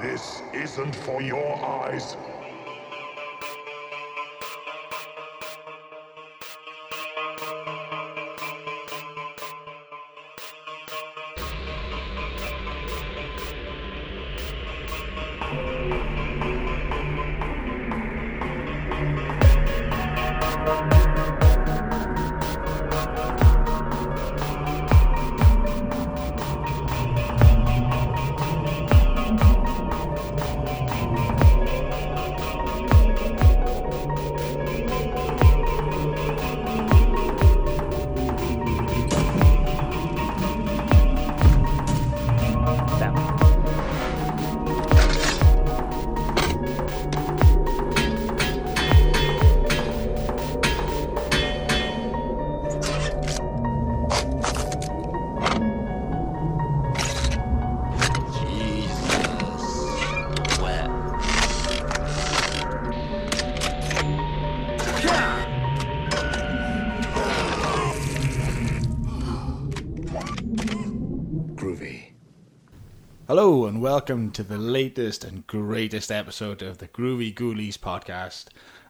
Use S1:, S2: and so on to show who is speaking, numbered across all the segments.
S1: This isn't for your eyes.
S2: Groovy.
S3: Hello and welcome to the latest and greatest episode of the Groovy Ghoulies podcast.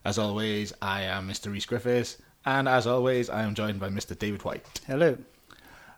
S3: As always, I am Mr. Reese Griffiths, and as always, I am joined by Mr. David White.
S4: Hello.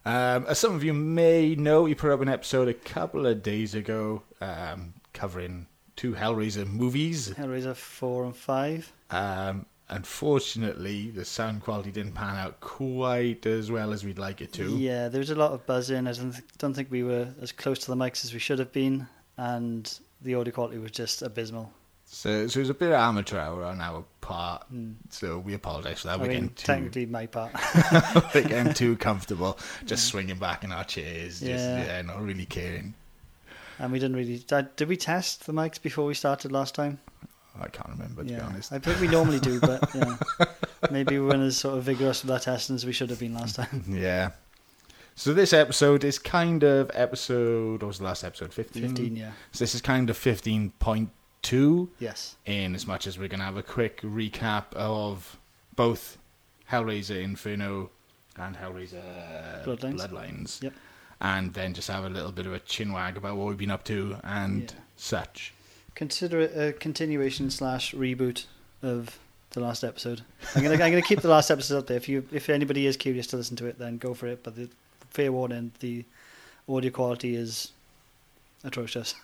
S3: Um, as some of you may know, we put up an episode a couple of days ago um, covering two Hellraiser movies.
S4: Hellraiser 4 and 5.
S3: Um, unfortunately, the sound quality didn't pan out quite as well as we'd like it to.
S4: Yeah, there was a lot of buzzing. I don't, th- don't think we were as close to the mics as we should have been, and the audio quality was just abysmal.
S3: So, so it was a bit of amateur hour on our part. So we apologise for that.
S4: Hmm. I
S3: We're
S4: mean,
S3: getting too
S4: technically my part.
S3: We're getting too comfortable, just swinging back in our chairs, just
S4: Yeah.
S3: yeah, not really caring.
S4: and we didn't really. uh, Did, did we test the mics before we started last time?
S3: I can't remember to be honest.
S4: I think we normally do, but yeah. maybe we weren't as sort of vigorous with our testing as we should have been last time.
S3: Yeah. So this episode is kind of episode. What was the last episode? Fifteen.
S4: 15, yeah.
S3: So this is kind of fifteen point two,
S4: Yes.
S3: in as much as we're gonna have a quick recap of both Hellraiser Inferno and Hellraiser
S4: Bloodlines.
S3: Bloodlines.
S4: Yep.
S3: And then just have a little bit of a chinwag about what we've been up to and
S4: Yeah.
S3: such.
S4: Consider it a continuation slash reboot of the last episode. I'm gonna I'm gonna keep the last episode up there. If you if anybody is curious to listen to it, then go for it. But the fair warning, the audio quality is atrocious.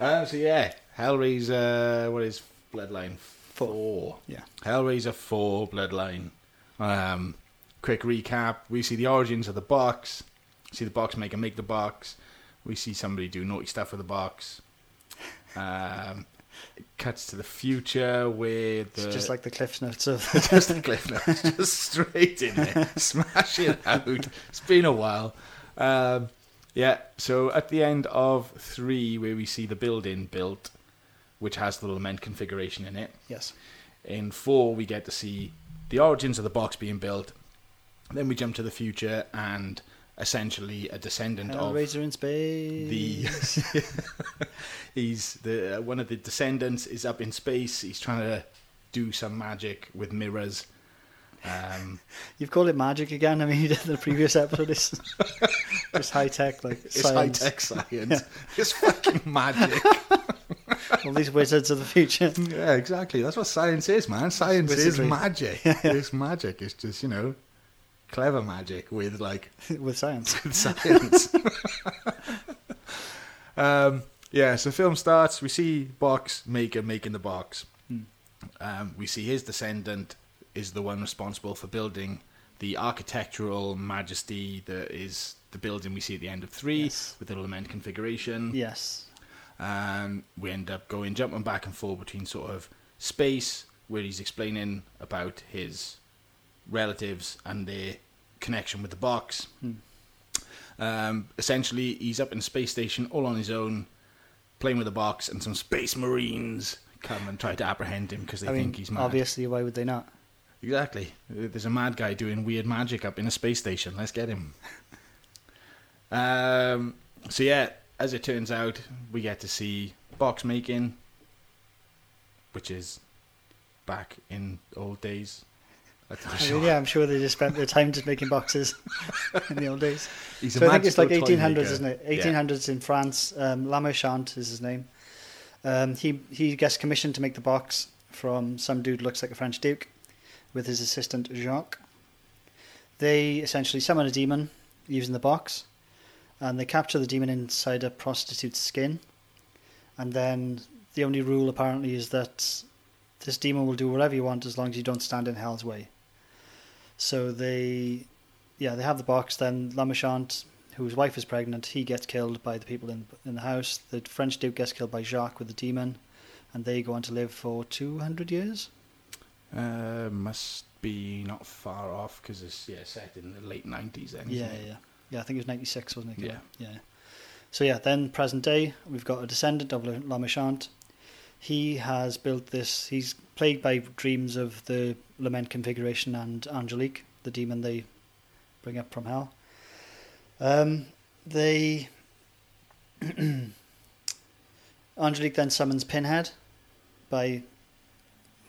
S3: Uh, so yeah, Hellraiser. What is Bloodline four?
S4: Yeah.
S3: Hellraiser four Bloodline. Um, quick recap: we see the origins of the box. See the box maker make the box. We see somebody do naughty stuff with the box. Um, it cuts to the future where the
S4: It's just like the cliff notes of
S3: just the cliff notes, just straight in there, smash it out. It's been a while. Um, yeah, so at the end of three, where we see the building built, which has the lament configuration in it.
S4: yes,
S3: In four, we get to see the origins of the box being built. Then we jump to the future and essentially a descendant of
S4: Hellraiser Uh, in space.
S3: the he's the uh, one of the descendants is up in space. He's trying to do some magic with mirrors. Um,
S4: You've called it magic again. I mean, you did in the previous episode. It's just high tech, like
S3: it's high
S4: science.
S3: tech science. It's fucking magic.
S4: All these wizards of the future.
S3: yeah, exactly. That's what science is, man. Science is
S4: Wizardry.
S3: magic. It's magic. It's just you know, clever magic with like
S4: with science.
S3: with science. um, yeah, so film starts. We see box maker making the box. Um, we see his descendant is the one responsible for building the architectural majesty that is the building we see at the end of three
S4: Yes.
S3: with the lament configuration.
S4: Yes.
S3: And we end up going jumping back and forth between sort of space where he's explaining about his relatives and their connection with the box.
S4: Hmm.
S3: Um, essentially, he's up in a space station all on his own, playing with the box, and some space marines come and try to apprehend him because they
S4: I mean,
S3: think he's mad.
S4: obviously, why would they not?
S3: Exactly. There's a mad guy doing weird magic up in a space station. Let's get him. Um, so yeah, as it turns out, we get to see box making, which is back in old days. That's for
S4: I
S3: sure.
S4: mean, yeah, I'm sure they just spent their time just making boxes in the old days.
S3: He's a
S4: So I
S3: mad
S4: think it's like
S3: little toy
S4: 1800s,
S3: maker.
S4: isn't it?
S3: Yeah.
S4: 1800s in France. Um, Lamarchant is his name. Um, he he gets commissioned to make the box from some dude looks like a French duke, with his assistant Jacques. They essentially summon a demon using the box, and they capture the demon inside a prostitute's skin. And then the only rule apparently is that this demon will do whatever you want as long as you don't stand in hell's way. So they, yeah, they have the box. Then Lamachant, whose wife is pregnant, he gets killed by the people in in the house. The French duke gets killed by Jacques with the demon, and they go on to live for two hundred years.
S3: Uh, must be not far off because it's yeah set in the late nineties. Then
S4: Yeah,
S3: isn't
S4: yeah,
S3: it?
S4: yeah, yeah. I think it was ninety six, wasn't it?
S3: Yeah.
S4: yeah. So yeah, then present day, we've got a descendant of Lamachant. He has built this. He's plagued by dreams of the lament configuration and Angelique, the demon they bring up from hell. Um, they Angelique then summons Pinhead by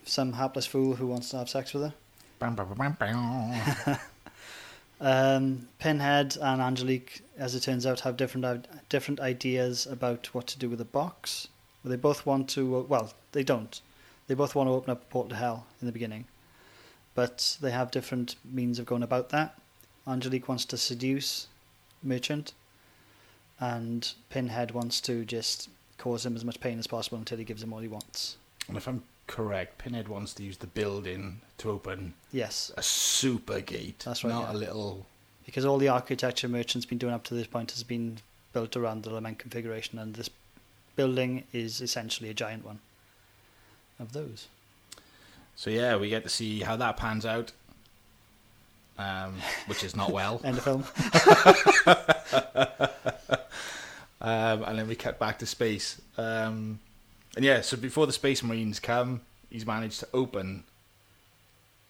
S4: some hapless fool who wants to have sex with her.
S3: Bam, bam, bam, bam.
S4: Um, Pinhead and Angelique, as it turns out, have different i- different ideas about what to do with the box. Well, they both want to. uh, Well, they don't. They both want to open up a portal to hell in the beginning, but they have different means of going about that. Angelique wants to seduce Merchant, and Pinhead wants to just cause him as much pain as possible until he gives him all he wants.
S3: and if I'm correct, Pinhead wants to use the building to open
S4: Yes,
S3: a super gate,
S4: That's right,
S3: not
S4: yeah.
S3: a little.
S4: because all the architecture merchant's been doing up to this point has been built around the lament configuration, and this building is essentially a giant one of those.
S3: So yeah, we get to see how that pans out, um, which is not well.
S4: End of film.
S3: um, and then we cut back to space. Um, and yeah, so before the space marines come, he's managed to open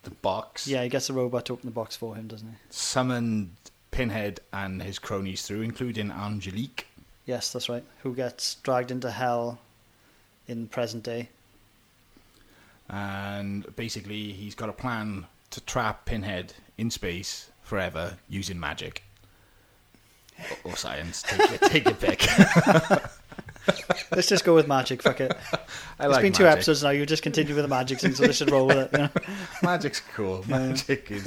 S3: the box.
S4: yeah, he gets a robot to open the box for him, doesn't he?
S3: summoned Pinhead and his cronies through, including Angelique.
S4: Yes, that's right. Who gets dragged into hell in present day?
S3: And basically, he's got a plan to trap Pinhead in space forever using magic. Or, or science. Take your, take your pick.
S4: Let's just go with magic. Fuck it.
S3: I
S4: It's
S3: like
S4: been two
S3: magic.
S4: episodes now. You just continue with the magic thing, so let's just roll with it. You know?
S3: Magic's cool. Magic is.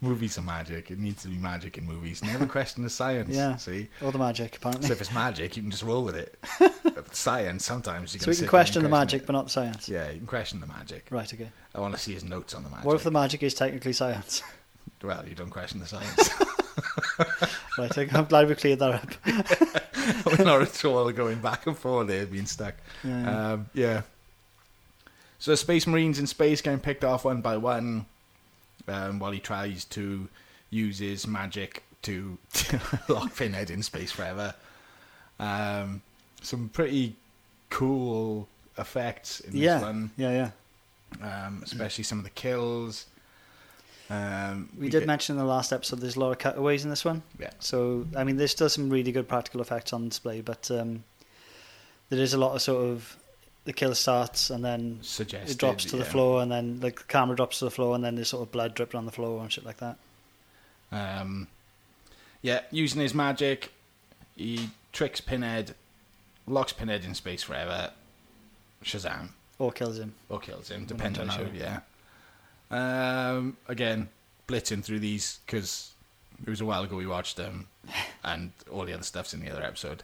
S3: Movies are magic. It needs to be magic in movies. Never question the science.
S4: Yeah.
S3: See?
S4: All the magic, apparently.
S3: So
S4: So,
S3: if it's magic, you can just roll with it. But science, sometimes you
S4: we can question the magic, but not the science.
S3: Yeah, you can question the magic.
S4: Right. Okay.
S3: I want to see his notes on the magic.
S4: What if the magic is technically science?
S3: Well, you don't question the science.
S4: right. okay, I'm glad we cleared that up.
S3: We're not at all going back and forth there, being stuck.
S4: Yeah.
S3: Um, yeah. So Space Marines in space getting picked off one by one um, while he tries to use his magic to lock Pinhead in space forever. Um, some pretty cool effects in this
S4: yeah.
S3: one,
S4: Yeah. Yeah.
S3: um, especially some of the kills. Um,
S4: We, did
S3: get-
S4: mention in the last episode there's a lot of cutaways in this one.
S3: Yeah.
S4: So I mean, there's still some really good practical effects on display, but um, there is a lot of sort of the kill starts and then
S3: suggested,
S4: it drops to the
S3: yeah.
S4: floor, and then like the camera drops to the floor, and then there's sort of blood dripping on the floor and shit like that.
S3: Um, yeah, using his magic, he tricks Pinhead, locks Pinhead in space forever, Shazam,
S4: Or kills him.
S3: or kills him,
S4: We're not
S3: depending on how,
S4: entirely
S3: yeah. Um, again, blitzing through these because it was a while ago we watched them, and all the other stuff's in the other episode.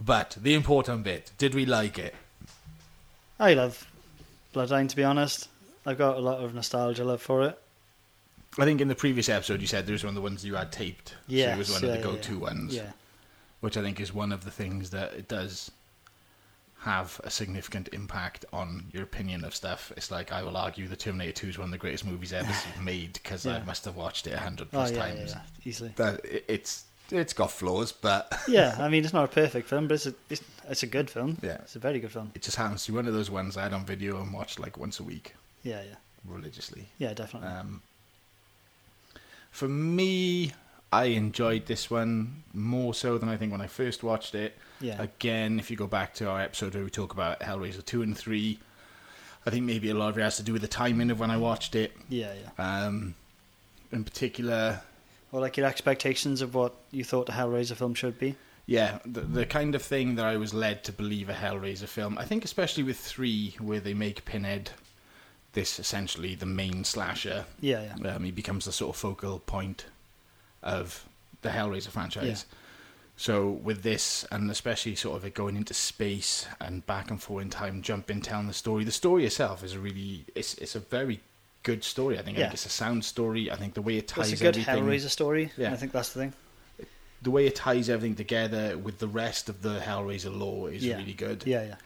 S3: But the important bit did we like it?
S4: I love Bloodline to be honest. I've got a lot of nostalgia love for it.
S3: I think in the previous episode you said there was one of the ones you had taped. so
S4: Yes,
S3: it was one
S4: yeah,
S3: of the
S4: yeah,
S3: go
S4: yeah.
S3: to ones.
S4: Yeah.
S3: which I think is one of the things that it does have a significant impact on your opinion of stuff. It's like I will argue the Terminator 2 is one of the greatest movies ever made because I
S4: Yeah.
S3: must have watched it a hundred
S4: Oh
S3: plus
S4: yeah, yeah,
S3: times.
S4: yeah. Easily.
S3: That it- it's it's got flaws, but
S4: yeah. I mean, it's not a perfect film, but it's a it's, it's a good film.
S3: Yeah.
S4: It's a very good film.
S3: it just happens to be one of those ones I had on video and watched like once a week
S4: Yeah. Yeah.
S3: religiously.
S4: Yeah. Definitely.
S3: Um, for me, I enjoyed this one more so than I think when I first watched it.
S4: yeah.
S3: Again, if you go back to our episode where we talk about Hellraiser 2 and 3, I think maybe a lot of it has to do with the timing of when I watched it.
S4: yeah. Yeah.
S3: Um, in particular,
S4: Or like your expectations of what you thought a Hellraiser film should be.
S3: yeah, the, the kind of thing that I was led to believe a Hellraiser film. I think especially with three, where they make Pinhead this essentially the main slasher.
S4: Yeah, yeah.
S3: Um, he becomes the sort of focal point of the Hellraiser franchise. So with this, and especially sort of it going into space and back and forth in time, jumping, telling the story. The story itself is a really it's it's a very good story. I think. I
S4: Yeah.
S3: think it's a sound story. I think the way it ties
S4: That's a good
S3: everything,
S4: Hellraiser story.
S3: Yeah.
S4: I think that's the thing.
S3: the way it ties everything together with the rest of the Hellraiser lore is
S4: Yeah.
S3: really good.
S4: Yeah, yeah.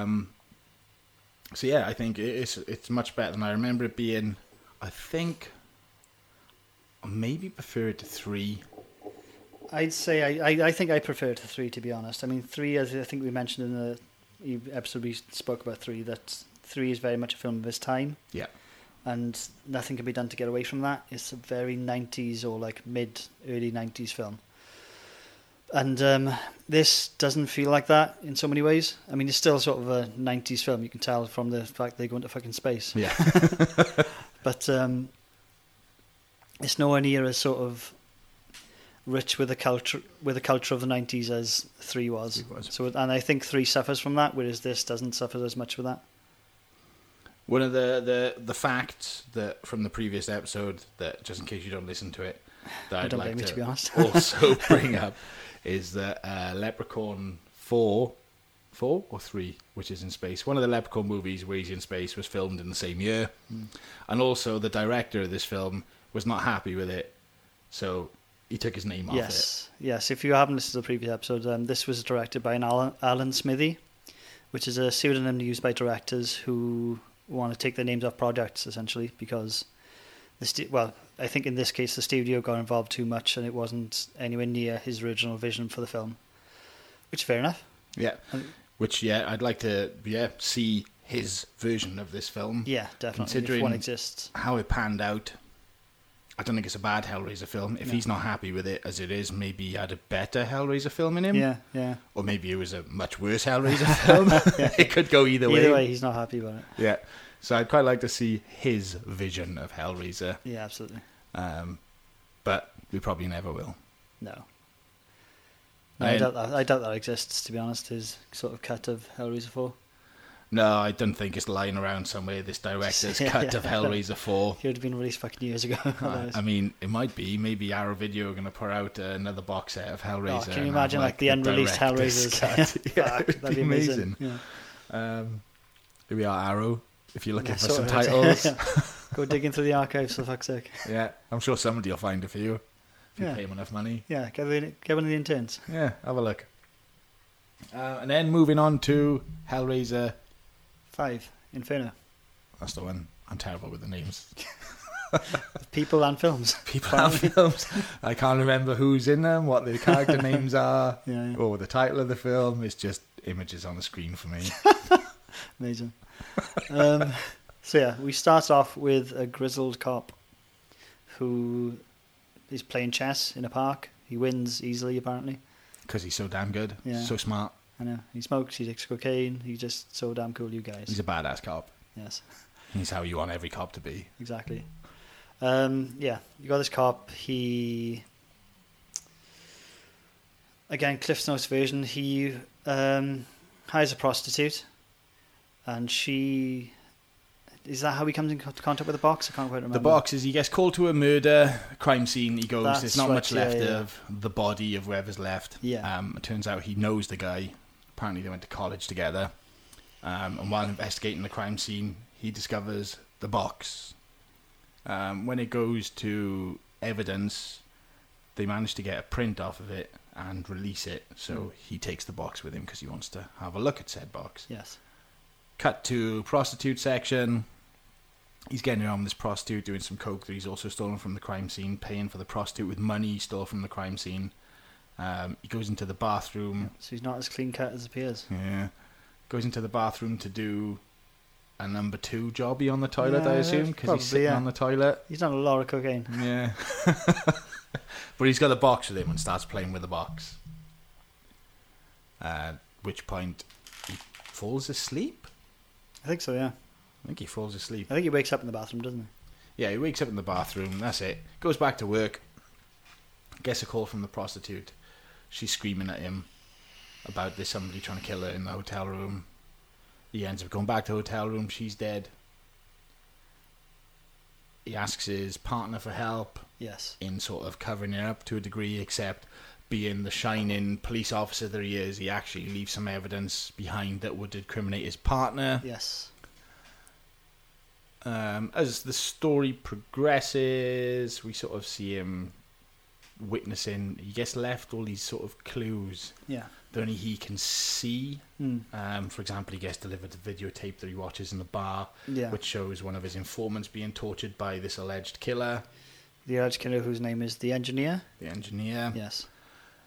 S3: Um, so yeah, I think it- it's it's much better than I remember it being. I think I maybe prefer it to three.
S4: I'd say I, I, I think I prefer it to three to be honest. I mean three as I think we mentioned in the e- episode we spoke about three that three is very much a film of its time
S3: Yeah,
S4: and nothing can be done to get away from that. It's a very nineties or like mid early nineties film. And um, this doesn't feel like that in so many ways. I mean, it's still sort of a '90s film. You can tell from the fact they go into fucking space.
S3: yeah,
S4: but um, it's nowhere near as sort of rich with the culture with the culture of the nineties as three was.
S3: Three was.
S4: So, and I think three suffers from that, whereas this doesn't suffer as much with that.
S3: One of the, the, the facts that from the previous episode that just in case you don't listen to it, that I'd
S4: don't
S3: like
S4: blame you,
S3: to,
S4: to be honest.
S3: also bring up is that uh, Leprechaun four, four or three, which is in space. One of the Leprechaun movies, where he's in space, was filmed in the same year,
S4: Hmm.
S3: and also the director of this film was not happy with it, so he took his name off
S4: yes, yes. If you haven't listened to the previous episode, um, this was directed by an Alan, Alan Smithy, which is a pseudonym used by directors who want to take their names off projects essentially because the stu- well, I think in this case the studio got involved too much and it wasn't anywhere near his original vision for the film, which is fair enough.
S3: it. Yeah,
S4: Um,
S3: which yeah, I'd like to yeah see his version of this film.
S4: Yeah, definitely.
S3: Considering-
S4: if one exists,
S3: how it panned out. I don't think it's a bad Hellraiser film. If
S4: No.
S3: he's not happy with it as it is, maybe he had a better Hellraiser film in him.
S4: yeah, yeah.
S3: Or maybe it was a much worse Hellraiser film. it could go either,
S4: Either way, he's not happy about it.
S3: Yeah. So I'd quite like to see his vision of Hellraiser.
S4: Yeah, absolutely.
S3: Um, but we probably never will.
S4: No. No,
S3: I-
S4: I doubt that. I doubt that exists. To be honest, his sort of cut of Hellraiser Four.
S3: No, I don't think it's lying around somewhere, this director's
S4: Yeah.
S3: cut of Hellraiser 4.
S4: He would have been released fucking years ago.
S3: I,
S4: otherwise.
S3: I mean, it might be. Maybe Arrow Video are going to put out uh, another box set of
S4: Oh,
S3: Hellraiser.
S4: can
S3: and
S4: you
S3: have,
S4: imagine like, the unreleased
S3: director's
S4: Hellraisers?
S3: cut. yeah,
S4: Fuck,
S3: it would
S4: that'd be amazing. Yeah.
S3: Um, here we are, Arrow. If you're looking
S4: Yeah,
S3: for
S4: sort
S3: some
S4: of.
S3: titles,
S4: Go digging through the archives for fuck's sake.
S3: yeah, I'm sure somebody will find it for you if you
S4: Yeah.
S3: pay them enough money.
S4: Yeah, get, the, get one of the interns.
S3: Yeah, have a look. Uh, and then moving on to Hellraiser.
S4: Five Inferno.
S3: That's the one. I'm terrible with the names.
S4: People and films.
S3: People have films. I can't remember who's in them, what their character names are,
S4: Yeah, yeah.
S3: or Oh, the title of the film. It's just images on the screen for me.
S4: amazing. Um, so yeah, we start off with a grizzled cop who is playing chess in a park. He wins easily, apparently.
S3: Because he's so damn good,
S4: Yeah.
S3: so smart.
S4: I know. He smokes. He takes cocaine. He's just so damn cool, you guys.
S3: He's a badass cop.
S4: yes.
S3: He's how you want every cop to be.
S4: exactly. Um, yeah, you got this cop. He again, Cliff's Notes version. He um, hires a prostitute, and she is that how he comes in co- contact with the box? I can't quite remember.
S3: The box is he gets called to a murder crime scene. He goes,
S4: That's
S3: there's not
S4: right,
S3: much
S4: yeah,
S3: left
S4: yeah.
S3: of the body of whoever's left.
S4: Yeah.
S3: Um, it turns out he knows the guy. Apparently, they went to college together. Um, and while investigating the crime scene, he discovers the box. Um, when it goes to evidence, they manage to get a print off of it and release it. So
S4: Hmm.
S3: he takes the box with him because he wants to have a look at said box.
S4: Yes.
S3: Cut to prostitute section. He's getting around with this prostitute, doing some coke that he's also stolen from the crime scene, paying for the prostitute with money he stole from the crime scene. Um, he goes into the bathroom.
S4: So he's not as clean cut as appears.
S3: Yeah. Goes into the bathroom to do a number two jobby on the toilet, I
S4: Yeah,
S3: assume, because
S4: probably,
S3: he's sitting
S4: yeah.
S3: on the toilet.
S4: He's done a lot of cocaine.
S3: Yeah. but he's got a box with him and starts playing with the box. Uh, At which point he falls asleep.
S4: I think so. Yeah.
S3: I think he falls asleep.
S4: I think he wakes up in the bathroom, doesn't he?
S3: Yeah, he wakes up in the bathroom. That's it. Goes back to work. Gets a call from the prostitute. She's screaming at him about there's somebody trying to kill her in the hotel room. He ends up going back to the hotel room. She's dead. He asks his partner for help
S4: Yes.
S3: in sort of covering it up to a degree, except being the shining police officer that he is, he actually leaves some evidence behind that would incriminate his partner.
S4: Yes.
S3: Um, as the story progresses, we sort of see him witnessing. He gets left all these sort of clues
S4: Yeah.
S3: that only he can see.
S4: Mm.
S3: Um, for example, he gets delivered a videotape that he watches in the bar,
S4: Yeah.
S3: which shows one of his informants being tortured by this alleged killer,
S4: The alleged killer whose name is the engineer.
S3: the engineer.
S4: Yes.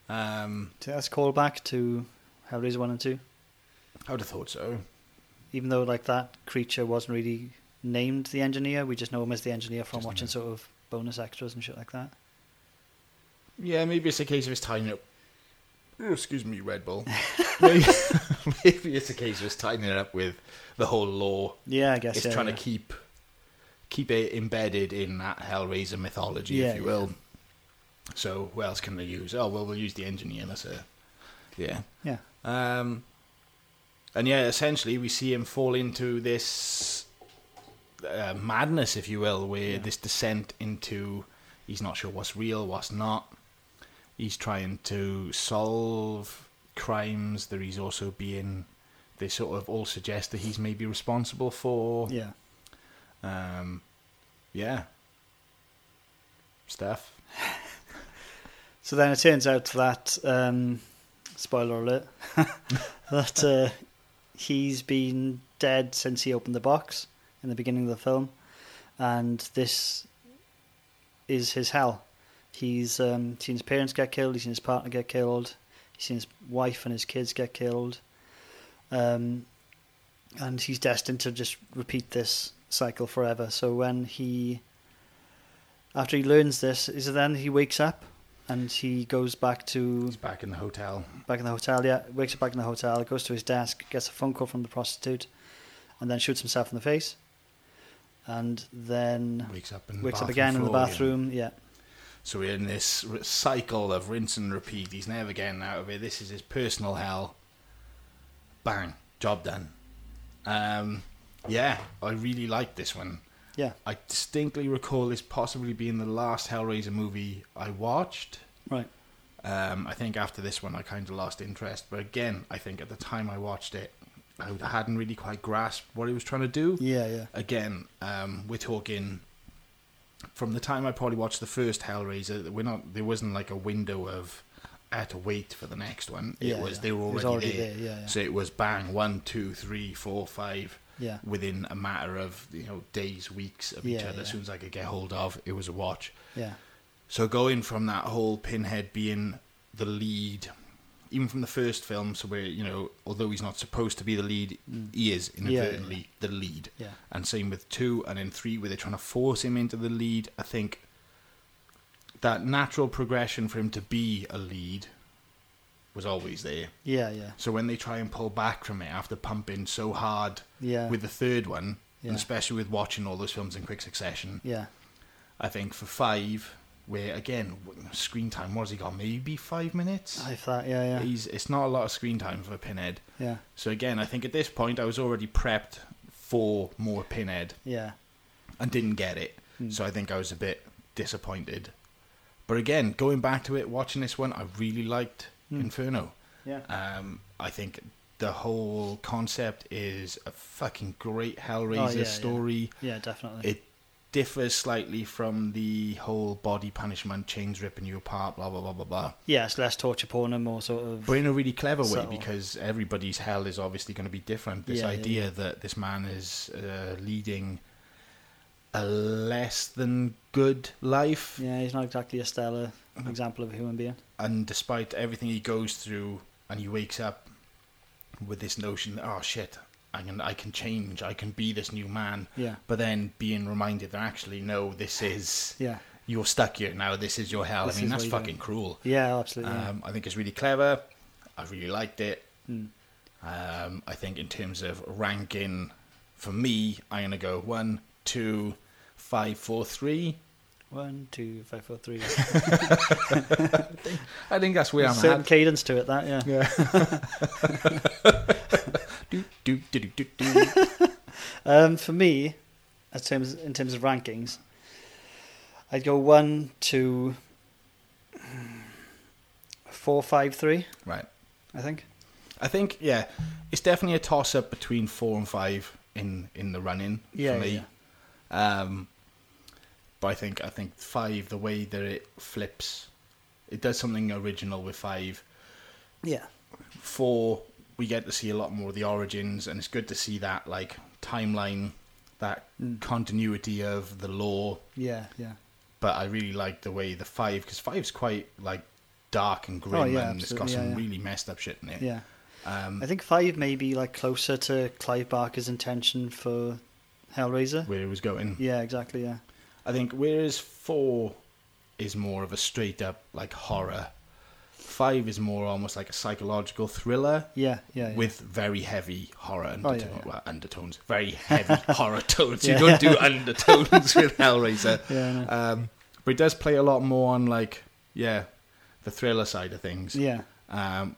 S3: Um,
S4: So that's a callback to Hellraiser one and two.
S3: I would have thought so.
S4: Even though like that creature wasn't really named the engineer, we just know him as the engineer from
S3: Just
S4: watching
S3: know.
S4: sort of bonus extras and shit like that.
S3: Yeah, maybe it's a case of his tying up. Oh, excuse me, Red Bull. maybe, maybe it's a case of his tying it up with the whole law.
S4: Yeah, I guess.
S3: It's
S4: yeah,
S3: trying
S4: yeah.
S3: to keep keep it embedded in that Hellraiser mythology,
S4: Yeah,
S3: if you will. So, what else can they use? Oh, well, we'll use the engineer. That's a yeah.
S4: Yeah.
S3: Um, and yeah, essentially, we see him fall into this uh, madness, if you will, where this descent into he's not sure what's real, what's not. He's trying to solve crimes that he's also being. They sort of all suggest that he's maybe responsible for.
S4: Yeah.
S3: Um, yeah. Stuff.
S4: So then it turns out that, um, spoiler alert, that uh, he's been dead since he opened the box in the beginning of the film, and this is his hell. He's um, seen his parents get killed, he's seen his partner get killed, he's seen his wife and his kids get killed, um, and he's destined to just repeat this cycle forever. So when he, after he learns this, is it then he wakes up? And he goes back to
S3: He's back in the hotel.
S4: back in the hotel. Yeah, wakes up back in the hotel, goes to his desk, gets a phone call from the prostitute, and then shoots himself in the face. And then
S3: Wakes up in the
S4: wakes up
S3: bathroom
S4: again in the
S3: floor
S4: bathroom. Yeah,
S3: So we're in this r- cycle of rinse and repeat. He's never getting out of it. This is his personal hell. Bang, job done. Um, yeah, I really like this one.
S4: yeah,
S3: I distinctly recall this possibly being the last Hellraiser movie I watched.
S4: right.
S3: Um, I think after this one, I kind of lost interest. But again, I think at the time I watched it, I hadn't really quite grasped what he was trying to do.
S4: Yeah, yeah,
S3: Again, um, we're talking from the time I probably watched the first Hellraiser. We're not there wasn't like a window of I had to wait for the next one.
S4: Yeah,
S3: it was
S4: yeah.
S3: they were
S4: It was
S3: already,
S4: already
S3: there.
S4: there, yeah, yeah.
S3: So it was bang one, two, three, four, five.
S4: Yeah.
S3: Within a matter of you know days, weeks of each
S4: Yeah,
S3: other. As
S4: yeah.
S3: soon as I could get hold of, it was a watch.
S4: yeah,
S3: So going from that whole Pinhead being the lead, even from the first film, so where you know, although he's not supposed to be the lead, he is
S4: Mm. yeah,
S3: inadvertently the lead.
S4: Yeah.
S3: And same with two, and in three, where they're trying to force him into the lead. I think that natural progression for him to be a lead was always there.
S4: yeah, yeah.
S3: So when they try and pull back from it after pumping so hard
S4: Yeah.
S3: with the third one,
S4: Yeah.
S3: and especially with watching all those films in quick succession,
S4: yeah.
S3: I think for five, where again w- screen time was he got maybe five minutes.
S4: I thought, Oh, yeah, yeah,
S3: He's it's not a lot of screen time for Pinhead.
S4: yeah,
S3: So again, I think at this point I was already prepped for more Pinhead
S4: yeah,
S3: and didn't get it.
S4: Hmm.
S3: So I think I was a bit disappointed. But again, going back to it, watching this one, I really liked Inferno.
S4: Hmm. yeah.
S3: Um, I think the whole concept is a fucking great
S4: Oh,
S3: Hellraiser
S4: yeah, yeah.
S3: story.
S4: Yeah, definitely.
S3: It differs slightly from the whole body punishment, chains ripping you apart, blah blah blah blah blah.
S4: yeah, it's less torture porn and more sort of.
S3: But in a really clever way,
S4: Subtle.
S3: because everybody's hell is obviously going to be different. This
S4: Yeah, yeah,
S3: idea that this man is uh, leading a less than good life,
S4: Yeah, he's not exactly a stellar
S3: Mm-hmm.
S4: example of a human being.
S3: and despite everything he goes through, and he wakes up with this notion, that, oh shit, I can I can change, I can be this new man.
S4: Yeah.
S3: But then being reminded that actually no, this is
S4: Yeah,
S3: you're stuck here now. This is your hell.
S4: This
S3: I
S4: is
S3: mean, that's
S4: what you're
S3: fucking cruel.
S4: yeah, absolutely. yeah.
S3: Um,
S4: Hmm.
S3: I think it's really clever. I really liked it. Um, I think in terms of ranking, for me, I'm gonna go one, two, five, four, three.
S4: One, two, five, four, three.
S3: I think that's where I'm
S4: Certain
S3: at.
S4: cadence to it. That yeah.
S3: Do, do, do, do, do, do.
S4: Um, for me, in terms in terms of rankings, I'd go one, two, four, five, three.
S3: right.
S4: I think.
S3: I think yeah, it's definitely a toss up between four and five in in the running
S4: Yeah,
S3: for me.
S4: yeah,
S3: Um, but I think I think five the way that it flips, it does something original with five.
S4: Yeah.
S3: Four we get to see a lot more of the origins, and it's good to see that like timeline, that
S4: Mm.
S3: continuity of the lore.
S4: Yeah. Yeah.
S3: But I really like the way the five because five's quite like dark and grim,
S4: Oh, yeah,
S3: and it's got
S4: absolutely,
S3: some
S4: yeah, yeah.
S3: really messed up shit in it.
S4: Yeah.
S3: Um,
S4: I think five may be like closer to Clive Barker's intention for Hellraiser.
S3: where it was going.
S4: Yeah, exactly. Yeah,
S3: I think whereas four is more of a straight up like horror, five is more almost like a psychological thriller
S4: yeah, yeah. yeah.
S3: with very heavy horror
S4: Oh, yeah,
S3: undertones.
S4: yeah.
S3: Well, undertones, very heavy horror tones.
S4: Yeah.
S3: You don't do undertones with Hellraiser.
S4: Yeah, I know.
S3: Um, but it does play a lot more on like yeah, the thriller side of things.
S4: yeah,
S3: Um,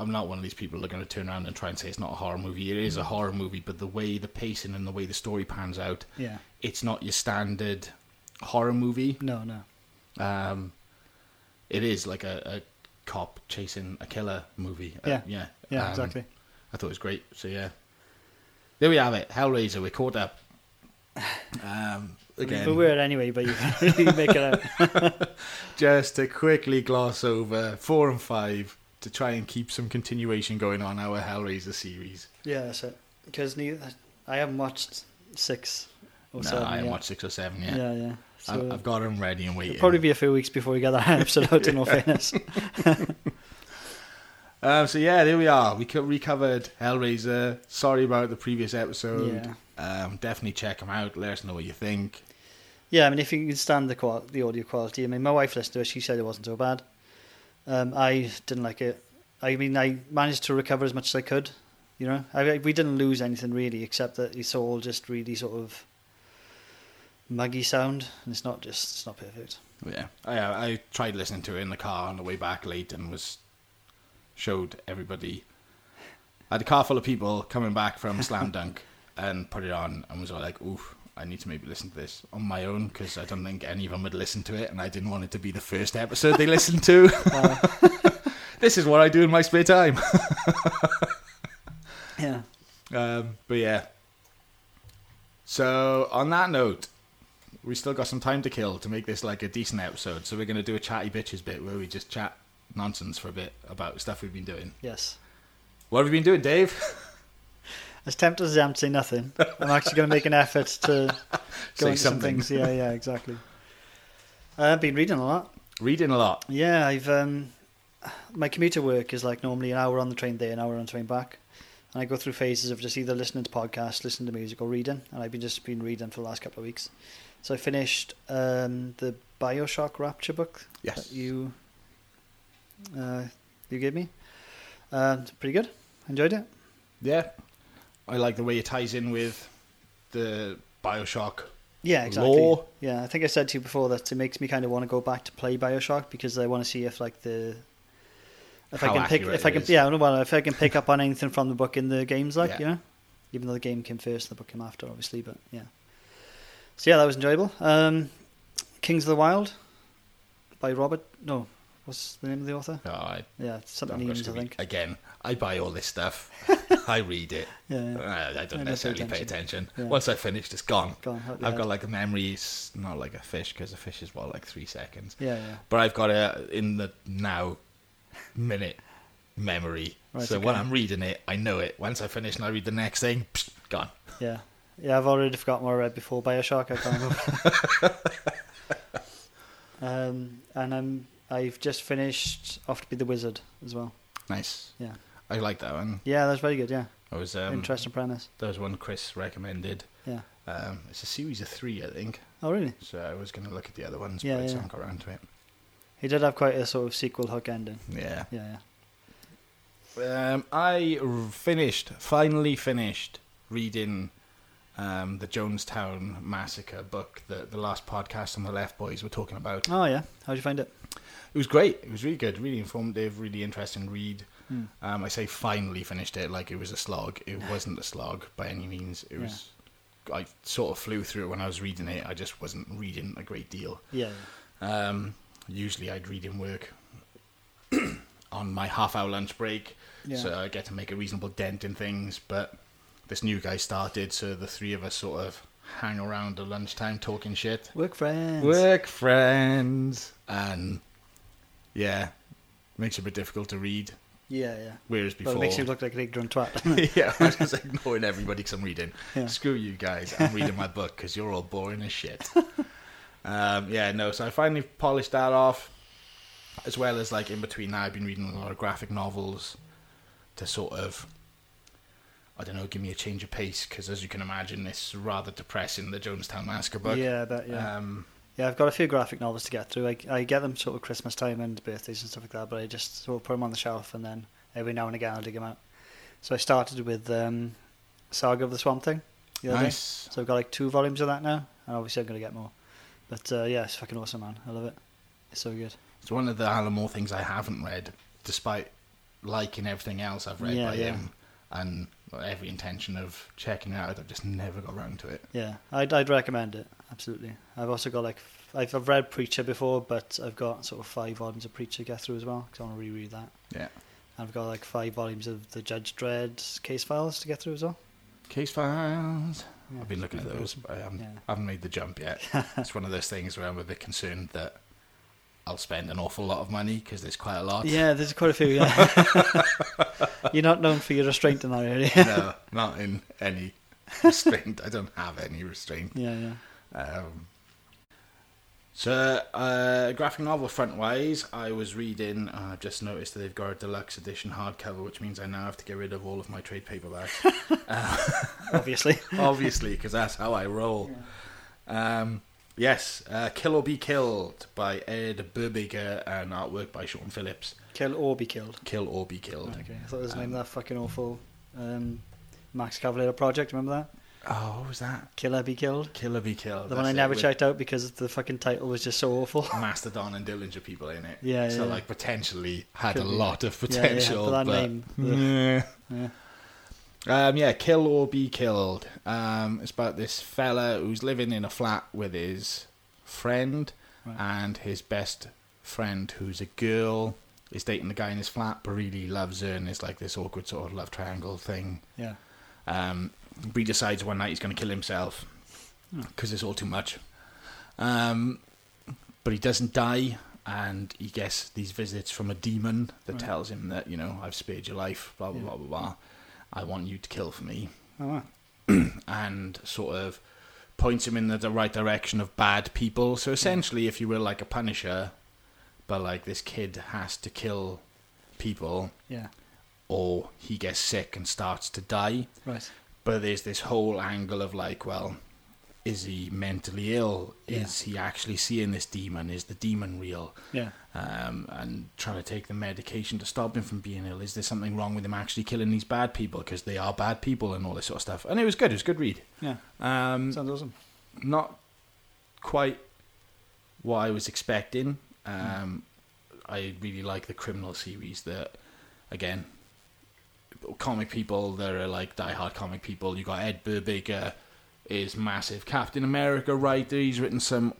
S3: I'm not one of these people that are going to turn around and try and say it's not a horror movie. It
S4: Mm.
S3: is a horror movie, but the way the pacing and the way the story pans out,
S4: yeah.
S3: it's not your standard horror movie.
S4: No, no.
S3: Um, it is like a, a cop chasing a killer movie. Uh,
S4: Yeah.
S3: yeah,
S4: Yeah,
S3: Um,
S4: exactly.
S3: I thought it was great. So yeah, there we have it. Hellraiser. We're caught up. Um,
S4: We
S3: again,
S4: were anyway, but you can really make it out.
S3: just to quickly gloss over four and five to try and keep some continuation going on our Hellraiser series.
S4: Yeah, that's it. Because neither I haven't watched six or
S3: no,
S4: seven.
S3: I haven't
S4: yet.
S3: watched six or seven yet.
S4: Yeah, yeah. So
S3: I've, I've got them ready and waiting.
S4: it'll probably be a few weeks before we get that episode out. In all fairness,
S3: Um, so yeah, there we are. We co- recovered Hellraiser. Sorry about the previous episode. Um, definitely check them out. Let us know what you think.
S4: yeah. I mean, if you can stand the qual- the audio quality, I mean, my wife listened to it. She said it wasn't so bad. Um, I didn't like it. I mean, I managed to recover as much as I could. You know, I, I- we didn't lose anything really, except that it's all just really sort of muggy sound, and it's not just it's not perfect.
S3: Yeah, I, I tried listening to it in the car on the way back late and was showed everybody. I had a car full of people coming back from Slam Dunk and put it on and was all like, "Oof, I need to maybe listen to this on my own because I don't think any of them would listen to it, and I didn't want it to be the first episode they listened to."
S4: Uh,
S3: this is what I do in my spare time.
S4: Yeah.
S3: Um, but yeah. So on that note, we still got some time to kill to make this like a decent episode. So we're gonna do a chatty bitches bit where we just chat nonsense for a bit about stuff we've been doing.
S4: Yes.
S3: What have you been doing, Dave?
S4: As tempted as I am to say nothing, I'm actually going to make an effort to go
S3: Say
S4: into some
S3: something.
S4: things. Yeah, yeah, exactly. I've been reading a lot.
S3: Reading a lot.
S4: Yeah, I've um, my commuter work is like normally an hour on the train there, an hour on the train back, and I go through phases of just either listening to podcasts, listening to music, or reading. And I've been just been reading for the last couple of weeks. So I finished um, the Bioshock Rapture book
S3: Yes.
S4: that you uh, you gave me. Uh, it's pretty good. Enjoyed it.
S3: Yeah. I like the way it ties in with the Bioshock.
S4: Yeah, exactly.
S3: lore.
S4: Yeah, I think I said to you before that it makes me kind of want to go back to play Bioshock because I want to see if like the if
S3: How
S4: I can pick
S3: accurate
S4: if I
S3: it
S4: can
S3: is.
S4: yeah no, well if I can pick up on anything from the book in the games like
S3: Yeah.
S4: you know even though the game came first the book came after obviously but yeah so yeah that was enjoyable. Um, Kings of the Wild by Robert no what's the name of the author
S3: Oh, I,
S4: yeah it's something
S3: I'm
S4: Eames, I
S3: gonna-
S4: think
S3: Again, I buy all this stuff. I read it. Uh,
S4: yeah, yeah.
S3: I, I don't
S4: pay
S3: necessarily pay attention.
S4: Yeah.
S3: Once I finished, it's gone.
S4: Gone, out the
S3: I've
S4: head.
S3: got like a memory, it's not like a fish because a fish is what like three seconds.
S4: yeah yeah
S3: But I've got a in the now minute memory.
S4: Right,
S3: so
S4: okay.
S3: when I'm reading it, I know it. Once I finish and I read the next thing, psh, gone.
S4: Yeah. Yeah, I've already forgotten what I read before Bioshock, I can't remember. um, and I'm I've just finished Off to Be the Wizard as well.
S3: Nice.
S4: Yeah.
S3: I like that one.
S4: Yeah, that's very good, yeah.
S3: I was um,
S4: Interesting premise.
S3: There was one Chris recommended.
S4: Yeah.
S3: Um, it's a series of three, I think.
S4: Oh really?
S3: So I was going to look at the other ones,
S4: Yeah,
S3: but I
S4: yeah.
S3: just haven't got around to it.
S4: He did have quite a sort of sequel hook ending.
S3: Yeah.
S4: Yeah, yeah.
S3: Um, I r- finished, finally finished reading um, the Jonestown Massacre book that the last podcast on the Left Boys were talking about.
S4: Oh yeah, how'd you find it?
S3: It was great. It was really good, really informative, really interesting read. Um, I say finally finished it like it was a slog. It wasn't a slog by any means. It
S4: Yeah.
S3: was. I sort of flew through it when I was reading it. I just wasn't reading a great deal.
S4: Yeah,
S3: Um, usually I'd read in work on my half hour lunch break,
S4: Yeah.
S3: so I get to make a reasonable dent in things. But this new guy started, so the three of us sort of hang around at lunchtime talking shit.
S4: work friends.
S3: Work friends. And yeah, makes it a bit difficult to read.
S4: Yeah, yeah.
S3: Whereas
S4: Well,
S3: before.
S4: it makes you look like a big drunk twat.
S3: yeah, I was just ignoring everybody because I'm reading.
S4: Yeah.
S3: Screw you guys, I'm reading my book because you're all boring as shit. um, yeah, no, so I finally polished that off. As well as, like, in between that, I've been reading a lot of graphic novels to sort of, I don't know, give me a change of pace because, as you can imagine, it's rather depressing, the Jonestown Massacre book.
S4: yeah, but yeah.
S3: Um,
S4: Yeah, I've got a few graphic novels to get through. I, I get them sort of Christmas time and birthdays and stuff like that, but I just sort of put them on the shelf and then every now and again I'll dig them out. So I started with um, Saga of the Swamp Thing the other day.
S3: nice.
S4: So I've got like two volumes of that now, and obviously I'm going to get more. But uh, yeah, it's fucking awesome, man. I love it. It's so good.
S3: It's one of the Alan Moore things I haven't read, despite liking everything else I've read
S4: Yeah,
S3: by
S4: yeah.
S3: him and every intention of checking it out. I've just never got round to it.
S4: Yeah, I'd, I'd recommend it, absolutely. I've also got like, f- I've, I've read Preacher before, but I've got sort of five volumes of Preacher to get through as well, because I want to reread that.
S3: Yeah.
S4: And I've got like five volumes of the Judge Dredd case files to get through as well.
S3: Case files.
S4: Yeah.
S3: I've been looking at those, but I haven't,
S4: Yeah.
S3: I haven't made the jump yet. it's one of those things where I'm a bit concerned that I'll spend an awful lot of money because there's quite a lot.
S4: Yeah, there's quite a few. Yeah, you're not known for your restraint in that area. yeah,
S3: no, not in any restraint. I don't have any restraint.
S4: yeah,
S3: Um, so, uh, graphic novel front wise, I was reading. uh, I've just noticed that they've got a deluxe edition hardcover, which means I now have to get rid of all of my trade paperbacks.
S4: obviously.
S3: Obviously, because that's how I roll. Um, yes, uh, Kill or Be Killed by Ed Burbiger and artwork by Sean Phillips.
S4: Kill or be killed.
S3: Kill or Be Killed.
S4: Okay, I thought it was named that fucking awful um, Max Cavalera project. Remember that?
S3: Oh, what was that?
S4: Killer be killed.
S3: Kill or Be Killed.
S4: The one I
S3: Oh, that's it,
S4: never
S3: with
S4: checked out because the fucking title was just so awful.
S3: Mastodon and Dillinger people in it.
S4: Yeah,
S3: So,
S4: yeah.
S3: like, potentially had
S4: Could
S3: a
S4: be.
S3: lot of
S4: yeah,
S3: potential.
S4: but that
S3: but
S4: name,
S3: Yeah.
S4: Yeah.
S3: Um, yeah, Kill or Be Killed. Um, it's about this fella who's living in a flat with his friend
S4: Right.
S3: and his best friend, who's a girl, is dating the guy in his flat but really loves her, and it's like this awkward sort of love triangle thing.
S4: Yeah.
S3: Um, but he decides one night he's going to kill himself
S4: Hmm.
S3: because it's all too much. Um, but he doesn't die, and he gets these visits from a demon that
S4: Right.
S3: tells him that, you know, I've spared your life, blah, blah,
S4: Yeah.
S3: blah, blah, blah. I want you to kill for me.
S4: Oh, wow.
S3: And sort of points him in the, the right direction of bad people.
S4: Hmm.
S3: So essentially, if you were like a punisher, but like this kid has to kill people
S4: Yeah.
S3: or he gets sick and starts to die
S4: Right.
S3: but there's this whole angle of like, well, is he mentally ill? Is he actually seeing this demon? Is the demon real?
S4: Yeah.
S3: Um, and trying to take the medication to stop him from being ill. Is there something wrong with him actually killing these bad people because they are bad people and all this sort of stuff? And it was good. It was a good read.
S4: Yeah.
S3: Um,
S4: Sounds awesome.
S3: not quite what I was expecting. Um, I really like the criminal series that, again, comic people that are like diehard comic people. You got Ed Burbaker is massive Captain America writer. He's written some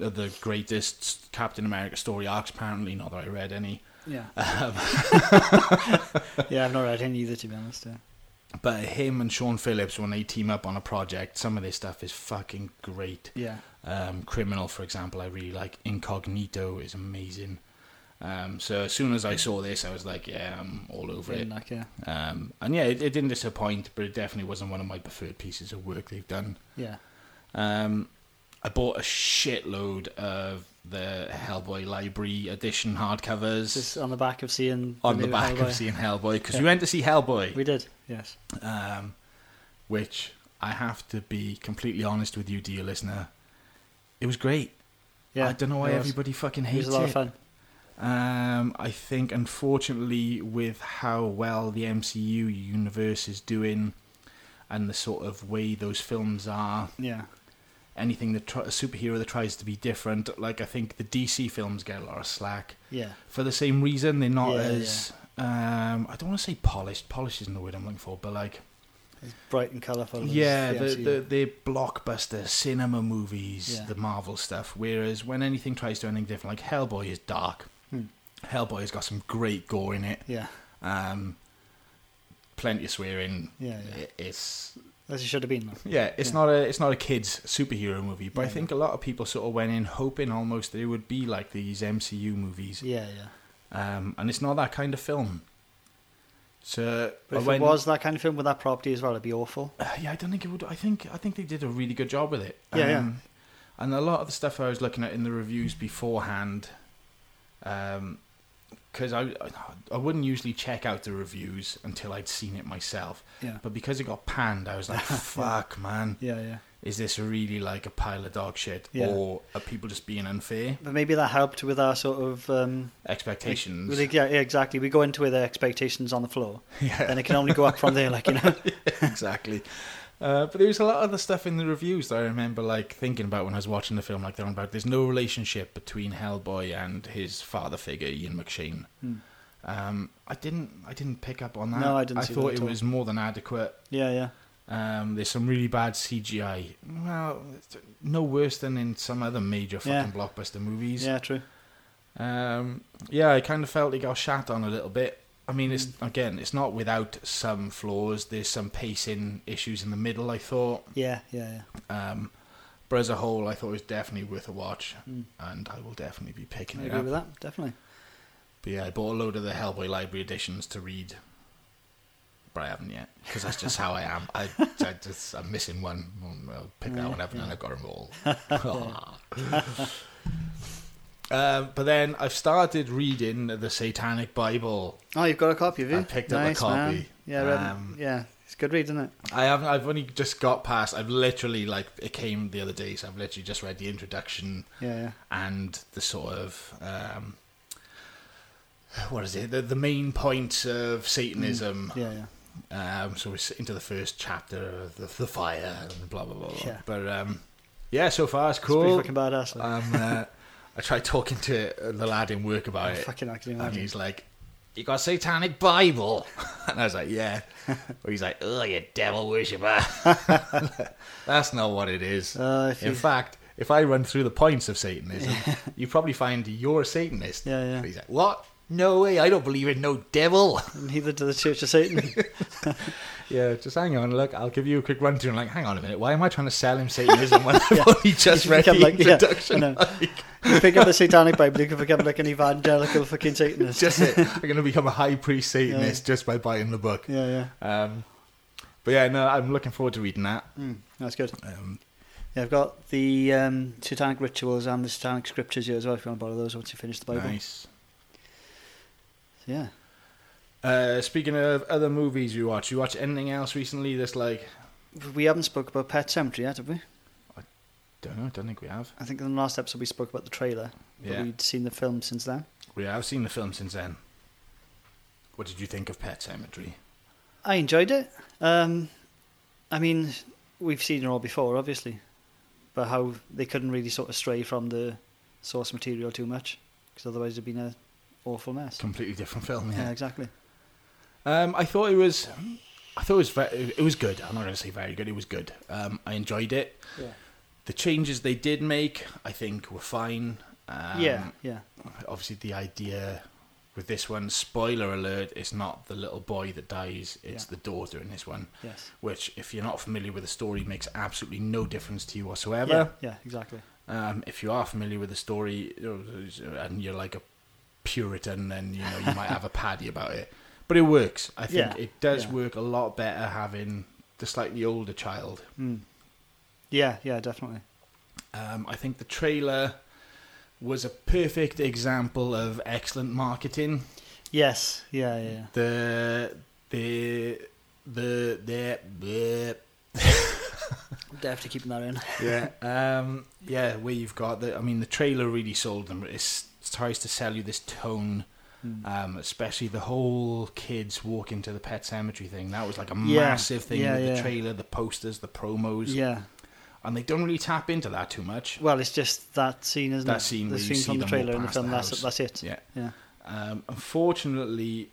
S3: of the greatest Captain America story arcs. Apparently, not that I read any. Um,
S4: Yeah. yeah, I've not read any either, to be honest. uh, Yeah.
S3: But him and Sean Phillips, when they team up on a project, some of this stuff is fucking great.
S4: Yeah.
S3: um, Criminal, for example, I really like. Incognito is amazing. Um, so as soon as I saw this, I was like, yeah, I'm all over
S4: Really
S3: it.
S4: like, yeah.
S3: Um, and yeah, it, it didn't disappoint, but it definitely wasn't one of my preferred pieces of work they've done.
S4: Yeah.
S3: Um, I bought a shitload of the Hellboy Library edition hardcovers
S4: Just on the back of seeing
S3: on the
S4: new
S3: back
S4: Hellboy.
S3: of seeing Hellboy because
S4: Yeah.
S3: we went to see Hellboy.
S4: We did. Yes.
S3: um, which I have to be completely honest with you, dear listener. It was great.
S4: Yeah.
S3: I don't know why
S4: it was.
S3: everybody fucking
S4: It was
S3: hates
S4: a
S3: it.
S4: lot of fun.
S3: Um, I think, unfortunately, with how well the MCU universe is doing, and the sort of way those films are.
S4: Yeah.
S3: Anything that tr- a superhero that tries to be different, like I think the DC films get a lot of slack
S4: Yeah.
S3: for the same reason. They're not
S4: Yeah,
S3: as um, I don't want to say polished. Polished isn't the word I'm looking for, but like
S4: It's bright and colourful. as
S3: yeah,
S4: the
S3: the,
S4: MCU.
S3: the, the blockbuster cinema movies,
S4: Yeah.
S3: the Marvel stuff. Whereas when anything tries to do anything different, like Hellboy is dark.
S4: Hmm.
S3: Hellboy has got some great gore in it.
S4: Yeah.
S3: Um, plenty of swearing.
S4: Yeah, yeah.
S3: I- It's
S4: As it should have been. Though.
S3: yeah, it's
S4: Yeah.
S3: not a it's not a kids superhero movie. But I
S4: Yeah,
S3: think a lot of people sort of went in hoping almost that it would be like these MCU movies.
S4: Yeah, yeah.
S3: Um, and it's not that kind of film. So
S4: But
S3: I
S4: if
S3: went-
S4: it was that kind of film with that property as well, it'd be awful.
S3: Uh, yeah, I don't think it would. I think I think they did a really good job with it. Um,
S4: Yeah, yeah.
S3: And a lot of the stuff I was looking at in the reviews beforehand, because I I wouldn't usually check out the reviews until I'd seen it myself.
S4: Yeah.
S3: But because it got panned, I was like, "Fuck, man,
S4: Yeah, yeah.
S3: is this really like a pile of dog shit,
S4: Yeah.
S3: or are people just being unfair
S4: But maybe that helped with our sort of um,
S3: expectations?"
S4: Like, yeah, yeah, exactly. We go into it with expectations on the floor,
S3: yeah.
S4: then it can only go up from there. Like you know,
S3: exactly. Uh, but there was a lot of the stuff in the reviews that I remember like thinking about when I was watching the film. Like they're on about there's no relationship between Hellboy and his father figure Ian McShane.
S4: Hmm.
S3: Um, I didn't I didn't pick up on that.
S4: No, I didn't
S3: I
S4: see that
S3: thought
S4: at
S3: it
S4: all.
S3: was more than adequate.
S4: yeah, yeah,
S3: Um, there's some really bad CGI. Well, it's no worse than in some other major fucking
S4: Yeah.
S3: blockbuster movies.
S4: yeah, true.
S3: Um, yeah, I kind of felt it got shat on a little bit. I mean, it's
S4: Mm.
S3: again, it's not without some flaws. There's some pacing issues in the middle. I thought,
S4: Yeah, yeah,
S3: um, but as a whole, I thought it was definitely worth a watch,
S4: Mm.
S3: and I will definitely be
S4: yeah.
S3: picking
S4: I
S3: it
S4: agree
S3: up.
S4: with that definitely.
S3: But yeah, I bought a load of the Hellboy library editions to read, but I haven't yet because that's just how I am. I, I just I'm missing one. Well, I'll pick that one up and then I've got them all. um, but then I've started reading the Satanic Bible.
S4: Oh, you've got a copy of you.
S3: I picked up a
S4: Nice, man.
S3: copy.
S4: Yeah, I read,
S3: Um,
S4: yeah, it's good read, isn't it?
S3: I haven't. I've only just got past. I've literally like it came the other day, so I've literally just read the introduction
S4: Yeah, yeah.
S3: and the sort of um, what is it? The, the main point of Satanism.
S4: Mm, Yeah, yeah.
S3: Um, so we're s- into the first chapter of the, the fire and blah blah blah. blah.
S4: Yeah.
S3: But um, yeah, so far it's
S4: It's pretty
S3: cool.
S4: fucking badass. Like.
S3: um, uh, I tried talking to uh, the lad in work about it,
S4: fucking, I can
S3: and
S4: imagine.
S3: he's like, "You got a Satanic Bible?" and I was like, "Yeah." or he's like, "Oh, you devil worshipper." That's not what it is.
S4: Uh, if
S3: In
S4: you-
S3: fact, if I run through the points of Satanism, you probably find you're a Satanist.
S4: Yeah, yeah.
S3: But He's like, "What? No way! I don't believe in no devil."
S4: Neither to the Church of Satan.
S3: Yeah, just hang on. Look, I'll give you a quick run through. And like, hang on a minute. Why am I trying to sell him Satanism when I've only just
S4: You
S3: read the
S4: become like- yeah, I
S3: introduction?
S4: know.
S3: Like,
S4: you pick up the Satanic Bible, you can become like an evangelical fucking Satanist.
S3: just it. I'm going to become a high priest Satanist just by buying the book.
S4: yeah, yeah.
S3: Um, but yeah, no, I'm looking forward to reading that.
S4: Mm, that's good.
S3: Um,
S4: Yeah, I've got the um, Satanic rituals and the Satanic scriptures here as well. If you want to borrow those once you finish the Bible.
S3: nice.
S4: Yeah.
S3: Uh, speaking of other movies you watch, you watch anything else recently that's like,
S4: We haven't spoke about Pet Cemetery yet, have we?
S3: don't know, don't think we have.
S4: I think in the last episode we spoke about the trailer, but
S3: Yeah,
S4: we'd seen the film since then.
S3: we have seen the film since then. What did you think of Pet Cemetery?
S4: I enjoyed it. Um, I mean, we've seen it all before, obviously, but how they couldn't really sort of stray from the source material too much, because otherwise it'd been an awful mess.
S3: Completely different film,
S4: Yeah, exactly.
S3: Um, I thought it was, I thought it was very, it was good. I'm not going to say very good. It was good. Um, I enjoyed it.
S4: Yeah.
S3: The changes they did make, I think, were fine. Um,
S4: yeah, yeah,
S3: Obviously, the idea with this one, spoiler alert, it's not the little boy that dies. It's
S4: Yeah.
S3: the daughter in this one,
S4: yes.
S3: which, if you're not familiar with the story, makes absolutely no difference to you whatsoever.
S4: Yeah, yeah, exactly.
S3: Um, if you are familiar with the story uh, and you're like a Puritan, then you know you might have a paddy about it. But it works. I think
S4: Yeah,
S3: it does
S4: yeah.
S3: work a lot better having the slightly older child.
S4: Mm. Yeah, yeah, definitely.
S3: Um, I think the trailer was a perfect example of excellent marketing.
S4: Yes, yeah, yeah. yeah.
S3: The the the the. the
S4: Definitely keeping that in.
S3: yeah, um, yeah. Where you've got the, I mean, the trailer really sold them. It s- tries to sell you this tone
S4: Hmm.
S3: Um, especially the whole kids walking to the pet cemetery thing. That was like a
S4: Yeah.
S3: massive thing
S4: Yeah,
S3: with
S4: yeah.
S3: the trailer, the posters, the promos.
S4: Yeah.
S3: And they don't really tap into that too much.
S4: Well, it's just that scene, isn't
S3: That
S4: it?
S3: scene
S4: the
S3: where you
S4: scene
S3: see
S4: from the
S3: them walk
S4: trailer and the
S3: past
S4: film.
S3: the
S4: that's
S3: house.
S4: that's it.
S3: Yeah.
S4: Yeah.
S3: Um, unfortunately,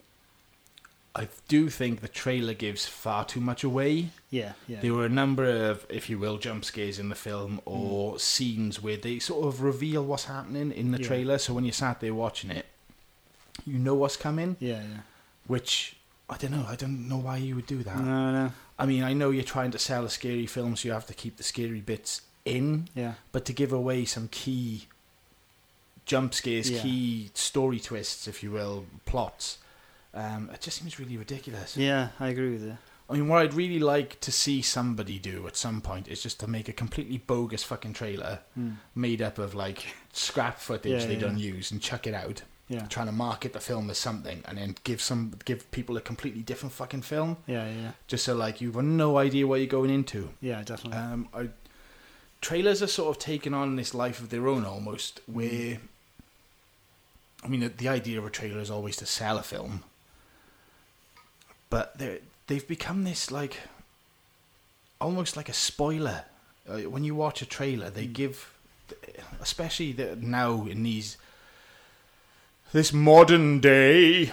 S3: I do think the trailer gives far too much away.
S4: Yeah. Yeah. Mm.
S3: There were a number of, if you will, jump scares in the film or scenes where they sort of reveal what's happening in the
S4: Yeah.
S3: trailer. So when you sat there watching it, you know what's coming,
S4: yeah. Yeah.
S3: which I don't know. I don't know why you would do that.
S4: No. No.
S3: I mean, I know you're trying to sell a scary film, so you have to keep the scary bits in,
S4: Yeah.
S3: but to give away some key jump scares,
S4: Yeah.
S3: key story twists, if you will, plots, um, it just seems really ridiculous.
S4: Yeah. I agree with you.
S3: I mean, what I'd really like to see somebody do at some point is just to make a completely bogus fucking trailer
S4: Mm.
S3: made up of like scrap footage
S4: Yeah,
S3: they
S4: yeah.
S3: don't use and chuck it out,
S4: Yeah.
S3: trying to market the film as something, and then give some give people a completely different fucking film,
S4: Yeah. Yeah.
S3: just so like you've no idea what you're going into.
S4: Yeah. Definitely.
S3: Um, I, trailers are sort of taken on this life of their own almost, where I mean, the, the idea of a trailer is always to sell a film, but they they've become this like almost like a spoiler. Uh, when you watch a trailer,
S4: Mm.
S3: they give, especially the, now in these. This modern day,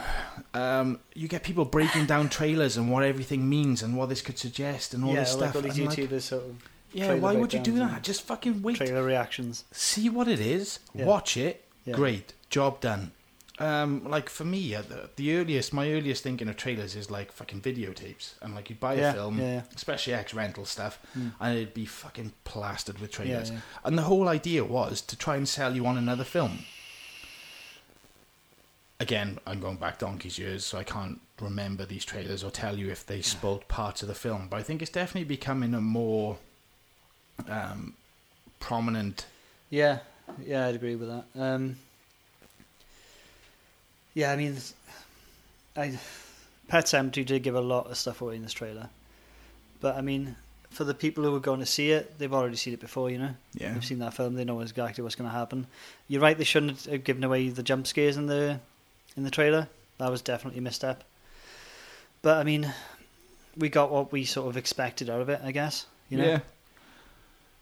S3: um, you get people breaking down trailers and what everything means and what this could suggest and all
S4: yeah.
S3: this
S4: like
S3: stuff.
S4: all these
S3: and, like,
S4: YouTubers sort of
S3: yeah,
S4: trailer
S3: why would you do
S4: breakdowns
S3: that?
S4: and
S3: Just fucking wait.
S4: trailer reactions.
S3: See what it is.
S4: Yeah.
S3: Watch it.
S4: Yeah.
S3: Great. Job done. Um, like for me, uh, the, the earliest, my earliest thinking of trailers is like fucking videotapes. And like you'd buy
S4: Yeah,
S3: a film,
S4: yeah, yeah.
S3: especially X rental stuff, and it'd be fucking plastered with trailers.
S4: yeah.
S3: And the whole idea was to try and sell you on another film. Again, I'm going back donkey's years, so I can't remember these trailers or tell you if they spoiled parts of the film. But I think it's definitely becoming a more um, prominent
S4: Yeah, yeah, I'd agree with that. Um, yeah, I mean, it's- I, Pet Sematary did give a lot of stuff away in this trailer, but I mean, for the people who were going to see it, they've already seen it before. You know,
S3: Yeah.
S4: they've seen that film; they know exactly what's going to happen. You're right; they shouldn't have given away the jump scares in the in the trailer. That was definitely a misstep. But I mean, we got what we sort of expected out of it, I guess. You know,
S3: Yeah.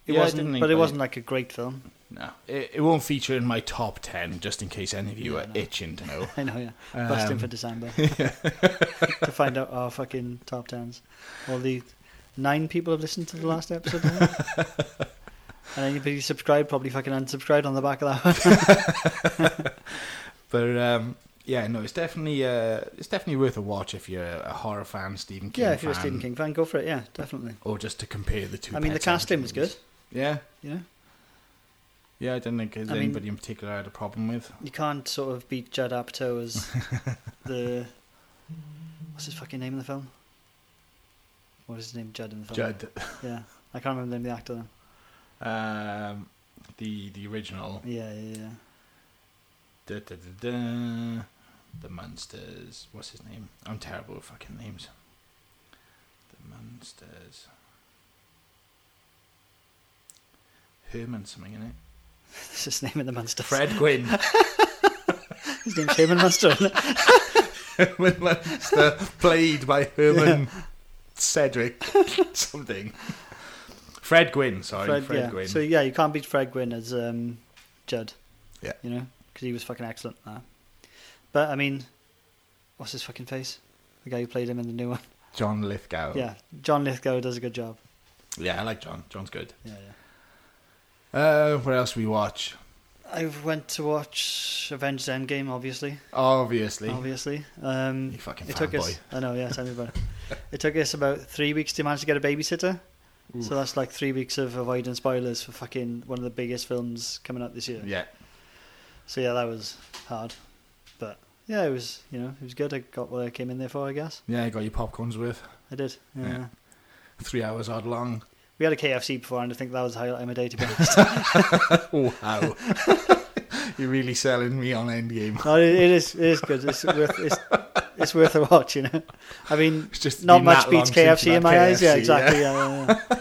S4: it
S3: Yeah, I
S4: wasn't,
S3: didn't think
S4: but it
S3: about
S4: wasn't like a great film.
S3: No, it, it won't feature in my top ten, just in case any of you
S4: Yeah,
S3: are
S4: no.
S3: itching to know.
S4: I know, yeah. Busting
S3: Um,
S4: for December to find out our fucking top tens. All the nine people have listened to the last episode, now. and anybody who subscribed probably fucking unsubscribed on the back of that one.
S3: But um, yeah, no, it's definitely uh, it's definitely worth a watch if you're a horror fan, Stephen King.
S4: yeah, if you're a
S3: fan,
S4: Stephen King fan, go for it. Yeah, definitely.
S3: or just to compare the two.
S4: I mean, the
S3: Pet
S4: casting
S3: Sematary
S4: was good.
S3: movies. Yeah,
S4: You know,
S3: yeah, I don't think there's
S4: I mean-
S3: anybody in particular I had a problem with.
S4: you can't sort of beat Judd Apatow as the what's his fucking name in the film? What is his name? Judd in the film.
S3: Judd,
S4: Yeah, I can't remember the name of the actor. Then.
S3: um, the the original,
S4: Yeah, yeah, yeah.
S3: da, da, da, da, the monsters. What's his name? I'm terrible with fucking names. The monsters. Herman, something in it.
S4: That's his name in the monster.
S3: Fred Gwynn.
S4: His name's Herman Munster. isn't it?
S3: Herman Munster, played by Herman Cedric something. Fred Gwynn, sorry, Fred,
S4: yeah.
S3: Gwynn.
S4: So yeah, you can't beat Fred Gwynn as um, Judd.
S3: Yeah.
S4: You know, because he was fucking excellent. in that. But I mean, what's his fucking face? The guy who played him in the new one.
S3: John Lithgow.
S4: Yeah, John Lithgow does a good job.
S3: yeah, I like John. John's good.
S4: Yeah, yeah.
S3: Uh, what else we watch?
S4: I went to watch Avengers Endgame, obviously.
S3: Obviously,
S4: Obviously, um,
S3: You fucking
S4: it took us.
S3: fanboy.
S4: I know. Yeah, tell me about it. It took us about three weeks to manage to get a babysitter. So that's like three weeks of avoiding spoilers for fucking one of the biggest films coming out this year.
S3: yeah,
S4: So yeah, that was hard, but yeah, it was you know it was good. I got what I came in there for, I guess.
S3: yeah. You got your popcorns worth.
S4: I did. Yeah.
S3: Yeah. Three hours odd long.
S4: We had a KFC before, and I think that was the highlight of my day. To be honest,
S3: Wow, you're really selling me on Endgame.
S4: no, it, it is it is good. It's worth it's, it's worth a watch. You know, I mean,
S3: It's just
S4: not
S3: been
S4: much
S3: that
S4: beats
S3: long since
S4: KFC in
S3: that
S4: my eyes. Yeah,
S3: KFC,
S4: exactly. Yeah. yeah, yeah.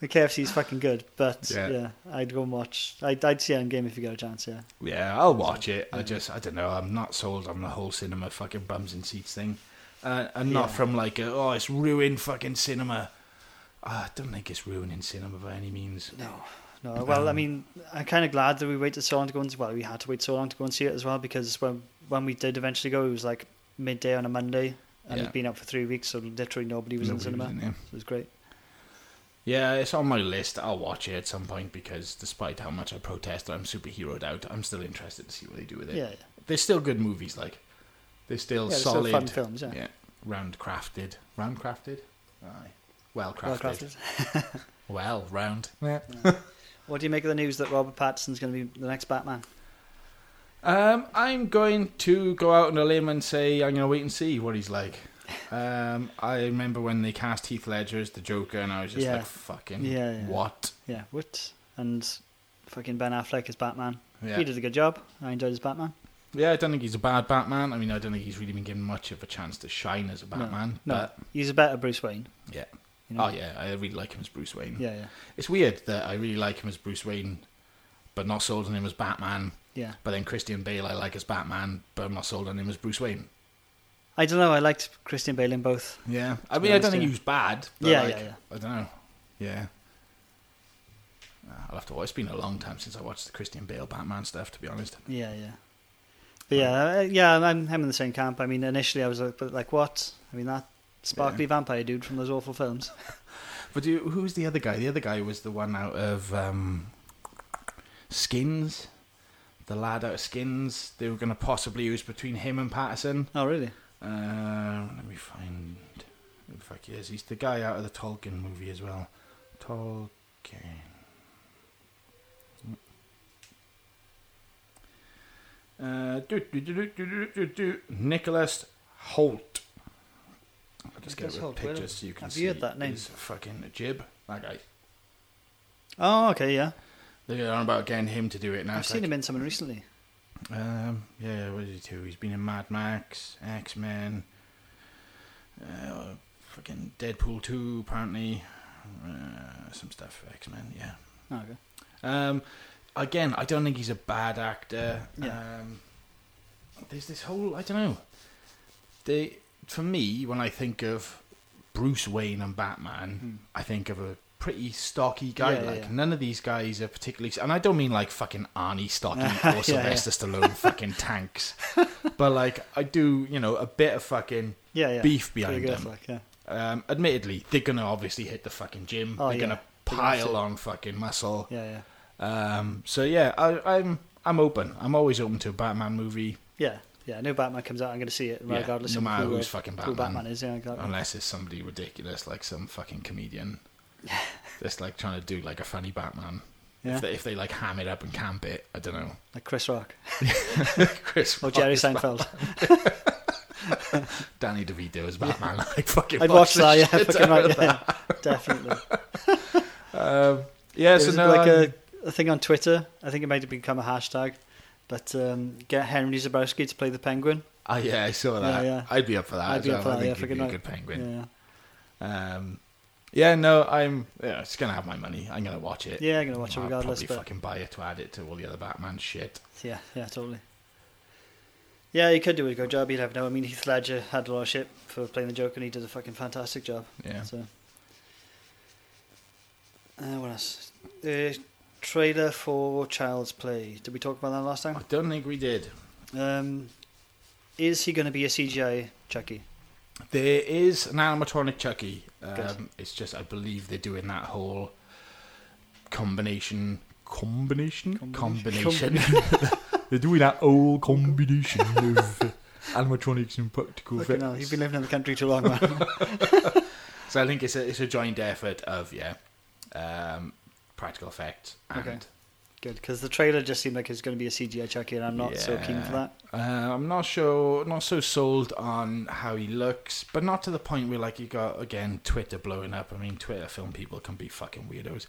S4: The KFC's fucking good, but
S3: Yeah.
S4: yeah, I'd go and watch. I'd, I'd see Endgame if you got a chance. Yeah,
S3: Yeah, I'll watch it. I just, I don't know. I'm not sold on the whole cinema fucking bums and seats thing, uh, and not
S4: Yeah.
S3: from like, a, oh, it's ruined fucking cinema. Uh, I don't think it's ruining cinema by any means.
S4: no, no. Well, I mean, I'm kind of glad that we waited so long to go and well, we had to wait so long to go and see it as well because when when we did eventually go, it was like midday on a Monday, and
S3: Yeah.
S4: it'd been out for three weeks, so literally nobody was in the
S3: Nobody
S4: cinema.
S3: was in there.
S4: It was great.
S3: Yeah, it's on my list. I'll watch it at some point because, despite how much I protest, that I'm superheroed out. I'm still interested to see what they do with it.
S4: Yeah, yeah.
S3: they're still good movies. Like they're still
S4: Yeah, they're still
S3: solid,
S4: fun films, yeah.
S3: round crafted, round crafted, aye, well
S4: Well
S3: crafted,
S4: crafted.
S3: well round.
S4: What do you make of the news that Robert Pattinson's going to be the next Batman?
S3: Um, I'm going to go out on a limb and say I'm going to wait and see what he's like. Um, I remember when they cast Heath Ledger as the Joker, and I was just
S4: Yeah.
S3: like, "Fucking
S4: Yeah, yeah.
S3: what?"
S4: Yeah, what? And fucking Ben Affleck is Batman.
S3: Yeah.
S4: He did a good job. I enjoyed his Batman.
S3: Yeah, I don't think he's a bad Batman. I mean, I don't think he's really been given much of a chance to shine as a Batman.
S4: No,
S3: But
S4: he's a better Bruce Wayne.
S3: yeah.
S4: You know?
S3: Oh yeah, I really like him as Bruce Wayne.
S4: Yeah, yeah,
S3: It's weird that I really like him as Bruce Wayne, but not sold on him as Batman.
S4: yeah.
S3: But then Christian Bale, I like as Batman, but I'm not sold on him as Bruce Wayne.
S4: I don't know. I liked Christian Bale in both.
S3: Yeah, I
S4: be
S3: mean, I don't
S4: honest,
S3: think
S4: yeah.
S3: he was bad. But
S4: Yeah,
S3: like,
S4: yeah, yeah.
S3: I don't know. Yeah, Uh, I'll have to. Watch. It's been a long time since I watched the Christian Bale Batman stuff. To be honest,
S4: Yeah, yeah. But yeah, uh, yeah. I'm, I'm in the same camp. I mean, initially I was like, but like what? I mean, that sparkly vampire dude from those awful films.
S3: but do, who was the other guy? The other guy was the one out of um, Skins. The lad out of Skins. They were going to possibly use between him and Patterson.
S4: Oh, really?
S3: Uh, let me find. Who the fuck he is? He's the guy out of the Tolkien movie as well. Tolkien. Uh, do, do, do, do, do, do, do, do. Nicholas Holt. I'll just
S4: Nicholas
S3: get a
S4: Holt,
S3: picture
S4: where
S3: so you can
S4: have
S3: see
S4: you heard that name?
S3: his fucking jib. That guy.
S4: Oh, okay, yeah.
S3: They're on about getting him to do it now.
S4: I've
S3: It's
S4: seen
S3: like-
S4: him in something recently.
S3: Um, yeah, what did he do? He's been in Mad Max, X Men, uh, fucking Deadpool 2, apparently. Uh, some stuff, X Men, yeah.
S4: Oh, okay.
S3: Um, again, I don't think he's a bad actor.
S4: Yeah.
S3: Um, there's this whole, I don't know. They, for me, when I think of Bruce Wayne and
S4: Hmm.
S3: Batman, I think of a pretty stocky guy.
S4: Yeah, yeah,
S3: like
S4: yeah.
S3: none of these guys are particularly, and I don't mean like fucking Arnie Stocky
S4: Yeah,
S3: or Sylvester Stallone fucking tanks, but like I do, you know, a bit of fucking
S4: Yeah, yeah.
S3: beef
S4: Pretty
S3: behind
S4: good,
S3: them.
S4: like, yeah.
S3: Um, admittedly, they're gonna obviously hit the fucking gym.
S4: Oh,
S3: they're
S4: yeah.
S3: gonna
S4: They're gonna have
S3: pile
S4: to.
S3: on fucking muscle.
S4: yeah, yeah,
S3: Um, so yeah, I, I'm I'm open. I'm always open to a Batman movie
S4: yeah, yeah. No Batman comes out, I'm going to see it
S3: Yeah,
S4: regardless
S3: no
S4: of
S3: matter
S4: who, uh,
S3: who's fucking
S4: who
S3: Batman.
S4: Batman is. Yeah, exactly.
S3: unless it's somebody ridiculous like some fucking comedian that's like trying to do like a funny Batman.
S4: Yeah.
S3: If, they, if they like ham it up and camp it, I don't know.
S4: like Chris Rock
S3: Chris
S4: or
S3: Rock
S4: Oh, Jerry
S3: is
S4: Seinfeld.
S3: Bat- Danny DeVito is Batman. Like fucking.
S4: I'd watch
S3: the
S4: that. Yeah,
S3: shit
S4: fucking
S3: out of
S4: right. Yeah, definitely.
S3: Um, yeah,
S4: It
S3: so
S4: was
S3: no, um,
S4: like
S3: I'm-
S4: a, a thing on Twitter. I think it might have become a hashtag. But um, get Henry Zabrowski to play the Penguin.
S3: oh, yeah, I saw that.
S4: yeah.
S3: I'd be up for that.
S4: I'd
S3: as
S4: be
S3: well.
S4: up for
S3: I think
S4: that, yeah,
S3: he'd
S4: fucking
S3: be a
S4: right.
S3: good penguin.
S4: Yeah,
S3: Yeah. Um, yeah, no, I'm. Yeah, it's gonna have my money. I'm gonna watch it.
S4: yeah, I'm gonna watch it
S3: I'll
S4: regardless.
S3: Ah, probably
S4: But
S3: fucking buy it to add it to all the other Batman shit.
S4: yeah, yeah, totally. Yeah, he could do a good job. You'd never know. I mean, Heath Ledger had a lot of shit for playing the Joker, and he did a fucking fantastic job.
S3: Yeah.
S4: So, uh, what else? Uh, trailer for Child's Play. Did we talk about that last
S3: I
S4: time?
S3: don't think we did.
S4: Um, is he going to be a CGI Chucky?
S3: There is an animatronic Chucky.
S4: Good.
S3: Um, it's just I believe they're doing that whole combination, combination, combination. they're doing that whole combination of uh, animatronics and practical
S4: Fucking hell, you've been living in the country too long, man.
S3: So I think it's a it's a joint effort of yeah, um, practical effects and.
S4: Okay. Good, because the trailer just seemed like it's going to be a CGI Chucky, and I'm not so keen for
S3: Yeah.
S4: that.
S3: Uh, I'm not sure, not so sold on how he looks, but not to the point where like you got again Twitter blowing up. I mean, Twitter film people can be fucking weirdos.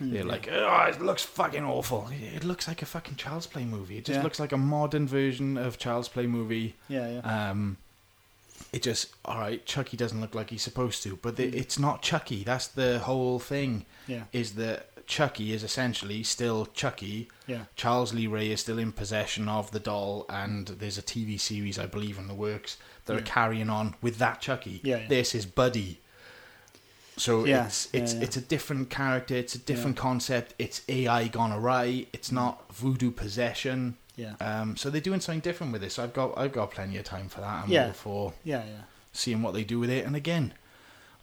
S3: They're like, oh, it looks fucking awful. It looks like a fucking Child's Play movie. It just
S4: Yeah.
S3: looks like a modern version of Child's Play movie.
S4: Yeah, yeah.
S3: Um, it just all right. Chucky doesn't look like he's supposed to, but the, it's not Chucky. That's the whole thing.
S4: Mm. Yeah.
S3: Is that Chucky is essentially still Chucky.
S4: Yeah.
S3: Charles Lee Ray is still in possession of the doll, and there's a TV series I believe in the works that are carrying on with that Chucky.
S4: Yeah, yeah.
S3: This is Buddy. So
S4: Yeah,
S3: it's it's
S4: yeah, yeah.
S3: it's a different character. It's a different concept. It's AI gone awry. It's not voodoo possession.
S4: Yeah.
S3: Um, so they're doing something different with this. I've got I've got plenty of time for that. I'm
S4: Yeah.
S3: all for
S4: Yeah, yeah.
S3: seeing what they do with it. And again,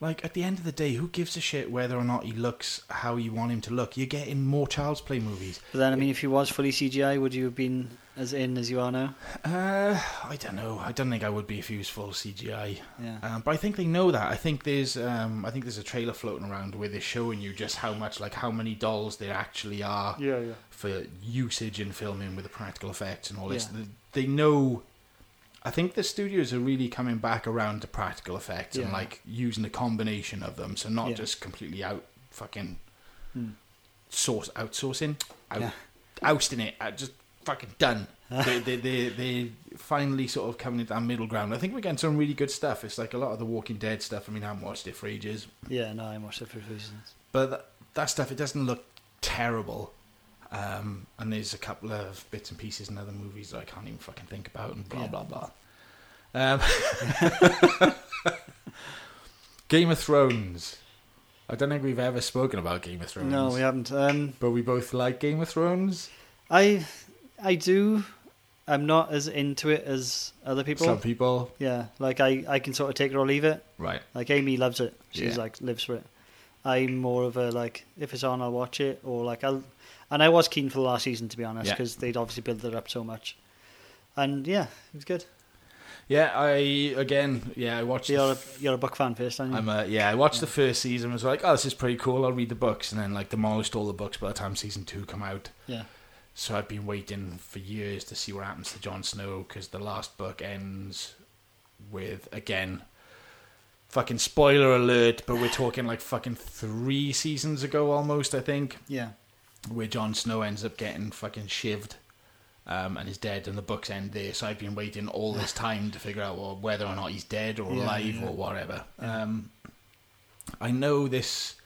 S3: like at the end of the day, who gives a shit whether or not he looks how you want him to look? You're getting more Child's Play movies.
S4: But then, I mean, if you was fully CGI, would you have been as in as you are now?
S3: Uh, I don't know. I don't think I would be if he was full CGI.
S4: Yeah.
S3: Um, but I think they know that. I think there's um, I think there's a trailer floating around where they're showing you just how much like how many dolls there actually are
S4: Yeah, yeah.
S3: for usage in filming with the practical effects and all this.
S4: Yeah.
S3: They, they know. I think the studios are really coming back around to practical effects and
S4: Yeah.
S3: like using a combination of them, so not
S4: Yeah.
S3: just completely out fucking
S4: Hmm.
S3: source outsourcing, out,
S4: Yeah.
S3: ousting it, out, just fucking done. they, they, they, they finally sort of coming into that middle ground. I think we're getting some really good stuff. It's like a lot of the Walking Dead stuff. I mean, I haven't watched it for ages,
S4: Yeah, no, I watched it for reasons.
S3: but that, that stuff it doesn't look terrible. Um, and there's a couple of bits and pieces in other movies that I can't even fucking think about, and blah
S4: Yeah.
S3: blah blah. Um, Game of Thrones. I don't think we've ever spoken about Game of Thrones.
S4: No, we haven't. Um,
S3: But we both like Game of Thrones.
S4: I, I do. I'm not as into it as other people.
S3: Some people,
S4: Yeah, like I, I can sort of take it or leave it.
S3: right?
S4: Like Amy loves it. She's
S3: Yeah.
S4: like lives for it. I'm more of a like if it's on I'll watch it or like I'll and I was keen for the last season to be honest
S3: Yeah.
S4: because they'd obviously built it up so much. And yeah, it was good.
S3: Yeah, I again, yeah, I watched.
S4: You're
S3: The
S4: a,
S3: f-
S4: you're a book fan first, aren't you?
S3: I'm a, yeah, I watched the first season. Was like, oh, this is pretty cool. I'll read the books, and then like demolished all the books by the time season two come out.
S4: yeah.
S3: So I've been waiting for years to see what happens to Jon Snow because the last book ends with again fucking spoiler alert, but we're talking like fucking three seasons ago almost, I think,
S4: Yeah.
S3: where Jon Snow ends up getting fucking shivved. Um, and is dead, and the books end there. So I've been waiting all this time to figure out well, whether or not he's dead or
S4: Yeah,
S3: alive
S4: yeah.
S3: or whatever. Um, I know this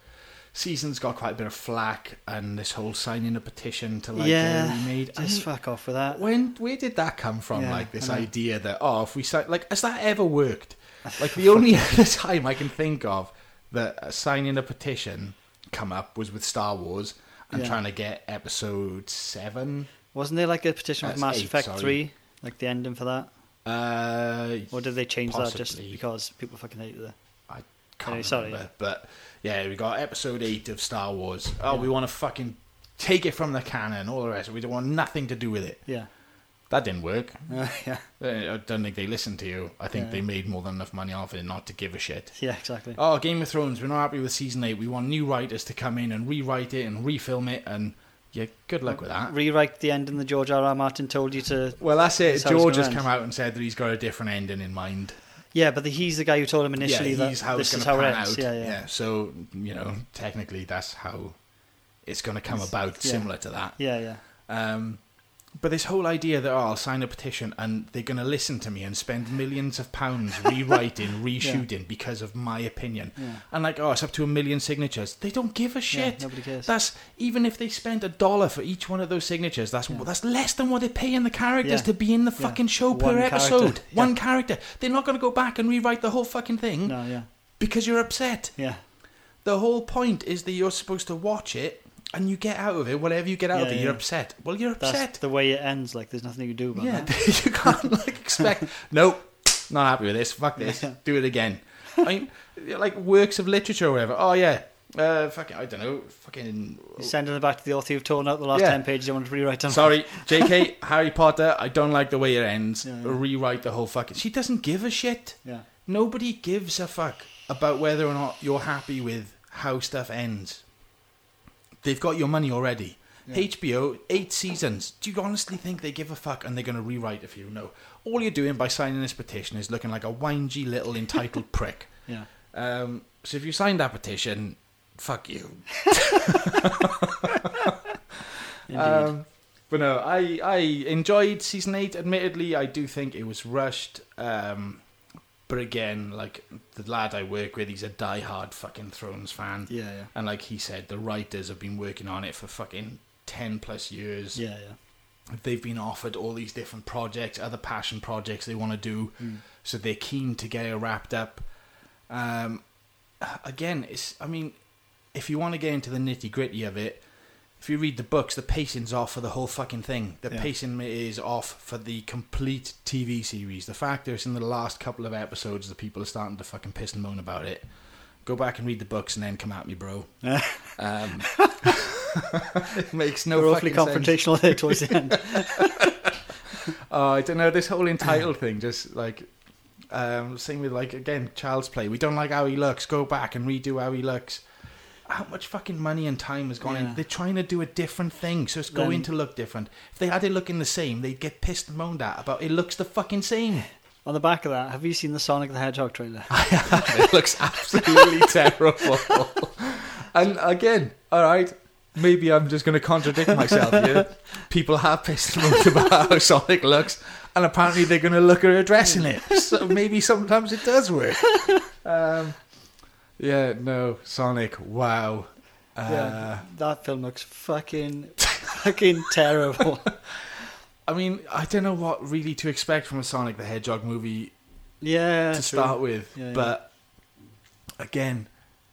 S3: season's got quite a bit of flack, and this whole signing a petition to like uh,
S4: yeah.
S3: get it remade. I
S4: Just
S3: mean,
S4: fuck off with that.
S3: when where did that come from?
S4: Yeah,
S3: like this
S4: I know.
S3: idea that oh, if we sign, like has that ever worked? Like the only other time I can think of that uh, signing a petition come up was with Star Wars and
S4: Yeah.
S3: trying to get Episode Seven.
S4: Wasn't there like a petition with
S3: That's
S4: Mass
S3: eight,
S4: Effect
S3: sorry.
S4: three, like the ending for that,
S3: Uh,
S4: or did they change that just
S3: Possibly.
S4: because people fucking hated it?
S3: I
S4: Anyway,
S3: can't
S4: sorry.
S3: remember, but yeah, we got Episode Eight of Star Wars. Oh, we want to fucking take it from the canon, all the rest. We don't want nothing to do with it.
S4: Yeah.
S3: That didn't work.
S4: yeah.
S3: Uh, I don't think they listened to you. I think
S4: Yeah.
S3: they made more than enough money off it not to give a shit.
S4: Yeah. Exactly.
S3: oh, Game of Thrones, we're not happy with season eight. We want new writers to come in and rewrite it and refilm it. And yeah, good luck with that.
S4: Rewrite the ending that George R. R. Martin told you to.
S3: Well, that's it.
S4: That's how it's
S3: George
S4: gonna
S3: has
S4: end.
S3: come out and said that he's got a different ending in mind.
S4: Yeah, but the, he's the guy who told him initially
S3: yeah, he's
S4: that
S3: how
S4: this
S3: it's
S4: is
S3: going
S4: how
S3: to
S4: it
S3: pan
S4: ends.
S3: out.
S4: Yeah, yeah,
S3: So you know, technically, that's how it's going to come
S4: It's-
S3: about,
S4: yeah.
S3: similar to that.
S4: yeah, yeah,
S3: Um, but this whole idea that oh, I'll sign a petition and they're going to listen to me and spend millions of pounds rewriting, reshooting because of my opinion,
S4: Yeah.
S3: and like oh, it's up to a million signatures. They don't give a
S4: Yeah,
S3: shit.
S4: nobody cares.
S3: That's even if they spend a dollar for each one of those signatures. That's that's less than what they're paying the characters
S4: Yeah.
S3: to be in the
S4: Yeah.
S3: fucking show per
S4: One character.
S3: episode.
S4: Yeah.
S3: One character. They're not going to go back and rewrite the whole fucking thing
S4: No, yeah,
S3: because you're upset.
S4: yeah,
S3: The whole point is that you're supposed to watch it and you get out of it whatever you get out of
S4: Yeah,
S3: it. You're
S4: yeah.
S3: upset. Well, you're
S4: that's
S3: upset.
S4: the way it ends. Like, there's nothing you can do about
S3: Yeah,
S4: that.
S3: you can't like expect. nope, not happy with this. Fuck this.
S4: Yeah.
S3: Do it again. I mean, like works of literature or whatever. Oh yeah, uh, fucking I don't know. Fucking
S4: You're sending it back to the author you've torn out the last
S3: Yeah.
S4: ten pages. You want to rewrite them.
S3: sorry, J.K. Harry Potter. I don't like the way it ends.
S4: Yeah, yeah.
S3: Rewrite the whole fucking. She doesn't give a shit.
S4: Yeah,
S3: Nobody gives a fuck about whether or not you're happy with how stuff ends. They've got your money already. HBO, eight seasons. Do you honestly think they give a fuck and they're going to rewrite it for you? No. All you're doing by signing this petition is looking like a whingy little entitled prick.
S4: yeah.
S3: Um, so if you signed that petition, fuck you.
S4: Indeed.
S3: Um, but no, I I enjoyed season eight. Admittedly, I do think it was rushed. Um, But again, like the lad I work with, he's a die-hard fucking Thrones fan,
S4: Yeah, yeah.
S3: and like he said, the writers have been working on it for fucking ten plus years.
S4: Yeah, yeah.
S3: They've been offered all these different projects, other passion projects they want to do,
S4: Hmm.
S3: so they're keen to get it wrapped up. Um, again, it's I mean, if you want to get into the nitty gritty of it, if you read the books, the pacing's off for the whole fucking thing. The
S4: Yeah.
S3: pacing is off for the complete TV series. The fact that it's in the last couple of episodes that people are starting to fucking piss and moan about it. Go back and read the books and then come at me, bro. um, it makes no
S4: We're awfully
S3: fucking sense.
S4: confrontational there towards the end.
S3: Oh, I don't know. This whole entitled thing, just like um, same with like again, Child's Play. We don't like how he looks. Go back and redo how he looks. How much fucking money and time has gone
S4: Yeah.
S3: in? They're trying to do a different thing, so it's going
S4: Then-
S3: to look different. If they had it looking the same, they'd get pissed and moaned at about it looks the fucking same.
S4: On the back of that, have you seen the Sonic the Hedgehog trailer?
S3: Uh, it looks absolutely terrible. And again, all right, maybe I'm just going to contradict myself here. People have pissed and moaned about how Sonic looks, and apparently they're going to look at her dressing it. So maybe sometimes it does work. Um, yeah, no, Sonic, wow. Uh,
S4: yeah, that film looks fucking, fucking terrible.
S3: I mean, I don't know what really to expect from a Sonic the Hedgehog movie
S4: Yeah,
S3: to start with,
S4: Yeah, yeah.
S3: but again,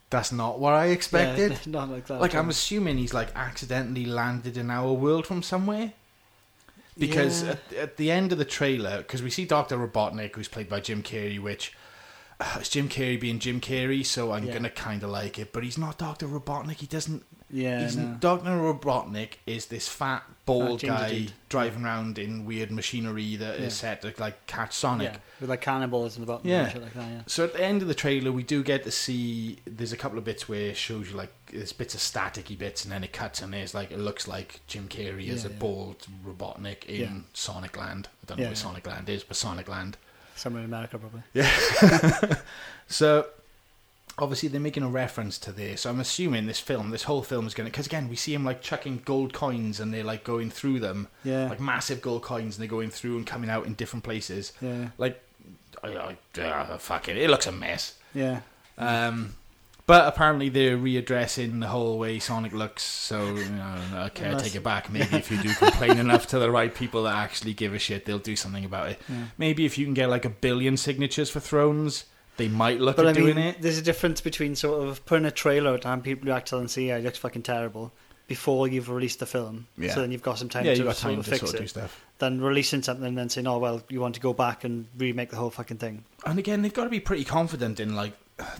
S3: that's not what I expected.
S4: not like that.
S3: Like
S4: at all.
S3: I'm assuming he's like accidentally landed in our world from somewhere. Because
S4: Yeah.
S3: at, at the end of the trailer, because we see Doctor Robotnik, who's played by Jim Carrey, which uh, it's Jim Carrey being Jim Carrey, so I'm
S4: Yeah.
S3: gonna kind of like it. But he's not Doctor Robotnik. He doesn't.
S4: yeah,
S3: he's
S4: no.
S3: Doctor Robotnik is this fat bald
S4: ginger
S3: guy
S4: dude.
S3: driving around in weird machinery that is
S4: Yeah.
S3: set to like catch Sonic.
S4: yeah, with like cannibals in the bottom
S3: Yeah.
S4: and shit like that. Yeah,
S3: So at the end of the trailer, we do get to see. There's a couple of bits where it shows you like there's bits of staticky bits, and then it cuts, and there's like it looks like Jim Carrey as
S4: Yeah,
S3: a
S4: yeah.
S3: bald Robotnik in
S4: Yeah.
S3: Sonic Land. I don't know
S4: Yeah,
S3: where
S4: yeah.
S3: Sonic Land is, but Sonic Land.
S4: somewhere in America probably.
S3: So obviously they're making a reference to this. So I'm assuming this film, this whole film, is going to because again we see him like chucking gold coins, and they're like going through them,
S4: Yeah,
S3: like massive gold coins, and they're going through and coming out in different places.
S4: yeah,
S3: Like, I, I, ah, fuck it, it looks a mess.
S4: yeah.
S3: Um, but apparently they're readdressing the whole way Sonic looks, so you know, okay, I
S4: Unless-
S3: take it back. Maybe if you do complain enough to the right people that actually give a shit, they'll do something about it.
S4: Yeah.
S3: Maybe if you can get like a billion signatures for Thrones, they might look
S4: But I
S3: at
S4: mean,
S3: doing it.
S4: there's a difference between sort of putting a trailer out and people react to it and say, "Yeah, E it looks fucking terrible," before you've released the film.
S3: Yeah.
S4: So then you've got some time
S3: Yeah,
S4: to
S3: you got
S4: sort
S3: time
S4: of
S3: to
S4: fix
S3: sort of do
S4: it.
S3: stuff.
S4: Then releasing something and then saying, "Oh well, you want to go back and remake the whole fucking thing."
S3: And again, they've got to be pretty confident in like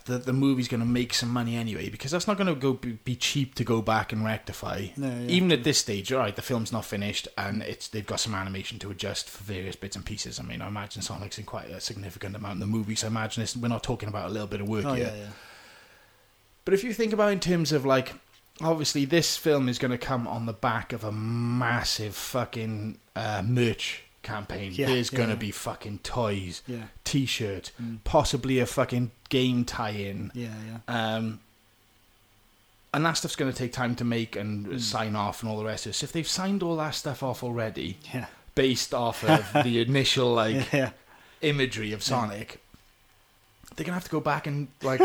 S3: that the movie's going to make some money anyway, because that's not going to go be, be cheap to go back and rectify.
S4: No, yeah.
S3: Even at this stage, all right, the film's not finished, and it's they've got some animation to adjust for various bits and pieces. I mean, I imagine Sonic's in quite a significant amount in the movie, so I imagine this, we're not talking about a little bit of work
S4: Oh
S3: here.
S4: yeah, yeah.
S3: But if you think about in terms of like, obviously this film is going to come on the back of a massive fucking uh, merch campaign.
S4: Yeah,
S3: There's
S4: yeah,
S3: going to
S4: yeah.
S3: be fucking toys,
S4: Yeah.
S3: t-shirt,
S4: Mm.
S3: possibly a fucking game tie-in.
S4: Yeah, yeah.
S3: Um, and that stuff's going to take time to make and
S4: Mm.
S3: sign off and all the rest of it. So if they've signed all that stuff off already,
S4: Yeah.
S3: based off of the initial like
S4: yeah.
S3: imagery of Sonic, they're gonna have to go back and like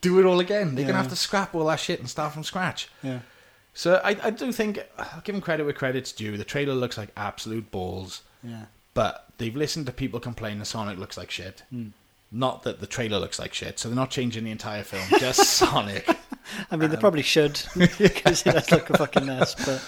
S3: do it all again. They're gonna
S4: Yeah.
S3: have to scrap all that shit and start from scratch.
S4: Yeah.
S3: So I, I do think I'll give them credit where credit's due. The trailer looks like absolute balls,
S4: Yeah.
S3: but they've listened to people complain that Sonic looks like shit. Not that the trailer looks like shit, so they're not changing the entire film, just Sonic.
S4: I
S3: um,
S4: mean, they probably should because it does look a fucking mess. But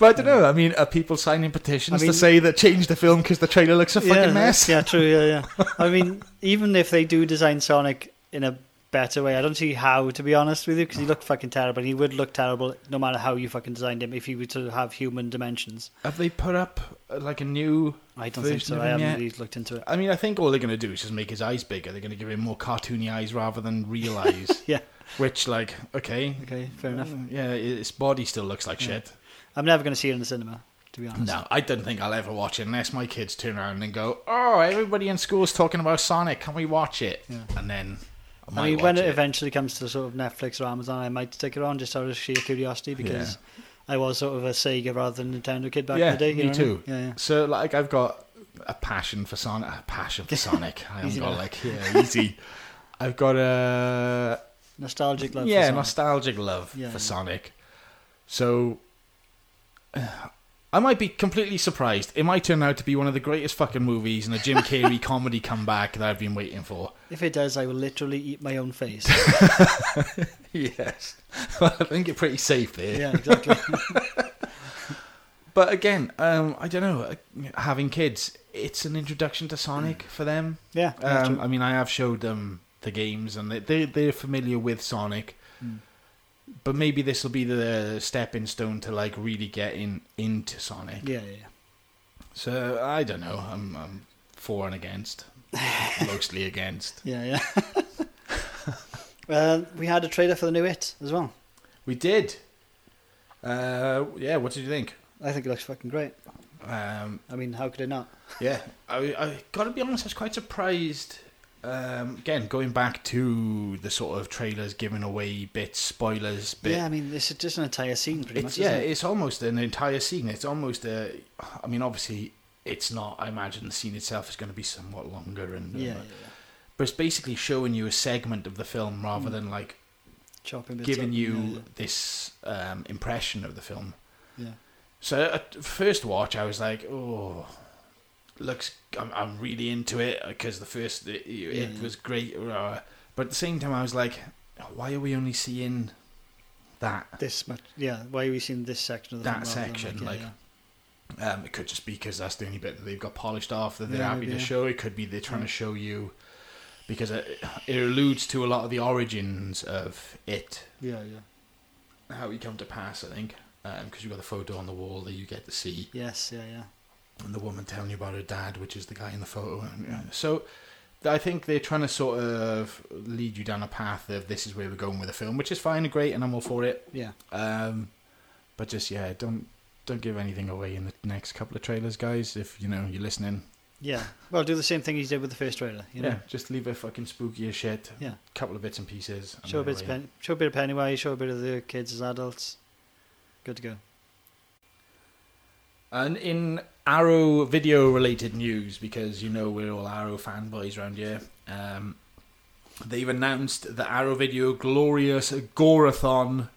S3: But I don't know. I mean, are people signing petitions
S4: I mean-
S3: to say that change the film because the trailer looks a fucking
S4: yeah,
S3: mess?
S4: Yeah, true. Yeah, yeah. I mean, even if they do design Sonic in a better way, I don't see how. To be honest with you, because he looked fucking terrible. and He would look terrible no matter how you fucking designed him if he were to have human dimensions.
S3: Have they put up uh, like a new?
S4: I don't think
S3: version
S4: so.
S3: of
S4: I
S3: him
S4: haven't
S3: yet?
S4: really looked into it.
S3: I mean, I think all they're going to do is just make his eyes bigger. They're going to give him more cartoony eyes rather than real eyes.
S4: Yeah.
S3: Which, like, okay,
S4: Okay, fair enough.
S3: yeah, his body still looks like shit.
S4: I'm never going to see it in the cinema. To be honest.
S3: No, I don't think I'll ever watch it unless my kids turn around and go, "Oh, everybody in school's talking about Sonic. Can we watch it?"
S4: Yeah.
S3: And then I might
S4: I mean,
S3: watch
S4: when it,
S3: it.
S4: eventually comes to sort of Netflix or Amazon, I might stick it on just out of sheer curiosity because I was sort of a Sega rather than Nintendo kid back
S3: Yeah,
S4: in the day. you
S3: me
S4: know what I mean?
S3: too.
S4: Yeah, yeah.
S3: So like I've got a passion for Sonic. A passion for Sonic. I haven't
S4: Easy
S3: got
S4: now.
S3: like yeah, easy. I've got a
S4: Nostalgic love. for
S3: yeah,
S4: Sonic.
S3: nostalgic love
S4: Yeah,
S3: for
S4: yeah.
S3: Sonic. So uh, I might be completely surprised. It might turn out to be one of the greatest fucking movies and a Jim Carrey comedy comeback that I've been waiting for.
S4: If it does, I will literally eat my own face.
S3: Yes, I think you're pretty safe there.
S4: yeah, exactly.
S3: But again, um, I don't know. uh, Having kids, it's an introduction to Sonic for them.
S4: Yeah. Mm. that's
S3: Um,
S4: true.
S3: I mean, I have showed them the games, and they, they they're familiar with Sonic.
S4: Mm.
S3: But maybe this will be the stepping stone to like really getting into Sonic.
S4: yeah, yeah, yeah.
S3: So I don't know. I'm, I'm for and against, mostly against.
S4: Yeah, yeah. uh, we had a trailer for the new It as well.
S3: We did. Uh, yeah. What did you think?
S4: I think it looks fucking great.
S3: Um,
S4: I mean, how could it not?
S3: Yeah, I, I gotta be honest, I was quite surprised. Um, again, going back to the sort of trailers giving away bits, spoilers, bit.
S4: yeah, I mean, this is just an entire scene, pretty
S3: it's
S4: much.
S3: yeah,
S4: isn't it?
S3: it's almost an entire scene. It's almost a. I mean, obviously, it's not. I imagine the scene itself is going to be somewhat longer, and uh,
S4: yeah, yeah,
S3: but,
S4: yeah.
S3: it's basically showing you a segment of the film rather than like
S4: Chopping bits
S3: giving
S4: up,
S3: you
S4: Mm. yeah,
S3: this um, impression of the film.
S4: yeah, yeah.
S3: So at first watch, I was like, oh, looks. I'm, I'm really into it because the first it, it
S4: Yeah.
S3: was great. uh, But at the same time, I was like, why are we only seeing that?
S4: This much, yeah. Why are we seeing this section of the
S3: That
S4: film rather than,
S3: section,
S4: yeah,
S3: like,
S4: yeah.
S3: Um, it could just be because that's the only bit that they've got polished off that they're
S4: Yeah,
S3: happy
S4: maybe,
S3: to
S4: yeah.
S3: show. It could be they're trying to show you because it, it alludes to a lot of the origins of it,
S4: yeah, yeah,
S3: how you come to pass. I think because you've got the photo on the wall that you get to see.
S4: yes, yeah, yeah.
S3: and the woman telling you about her dad, which is the guy in the photo. And, yeah, So th- I think they're trying to sort of lead you down a path of this is where we're going with the film, which is fine and great, and I'm all for it.
S4: Yeah,
S3: Um, but just yeah, don't don't give anything away in the next couple of trailers, guys. If you know you're listening,
S4: yeah. Well, do the same thing he did with the first trailer. You know,
S3: yeah, just leave it fucking spooky as shit.
S4: Yeah.
S3: couple of bits and pieces. and
S4: show a
S3: they're
S4: bit, of
S3: away.
S4: Pen- show a bit of Pennywise, show a bit of the kids as adults. Good to go.
S3: And in Arrow video related news, because you know we're all Arrow fanboys around here, um, they've announced the Arrow video Glorious Gorathon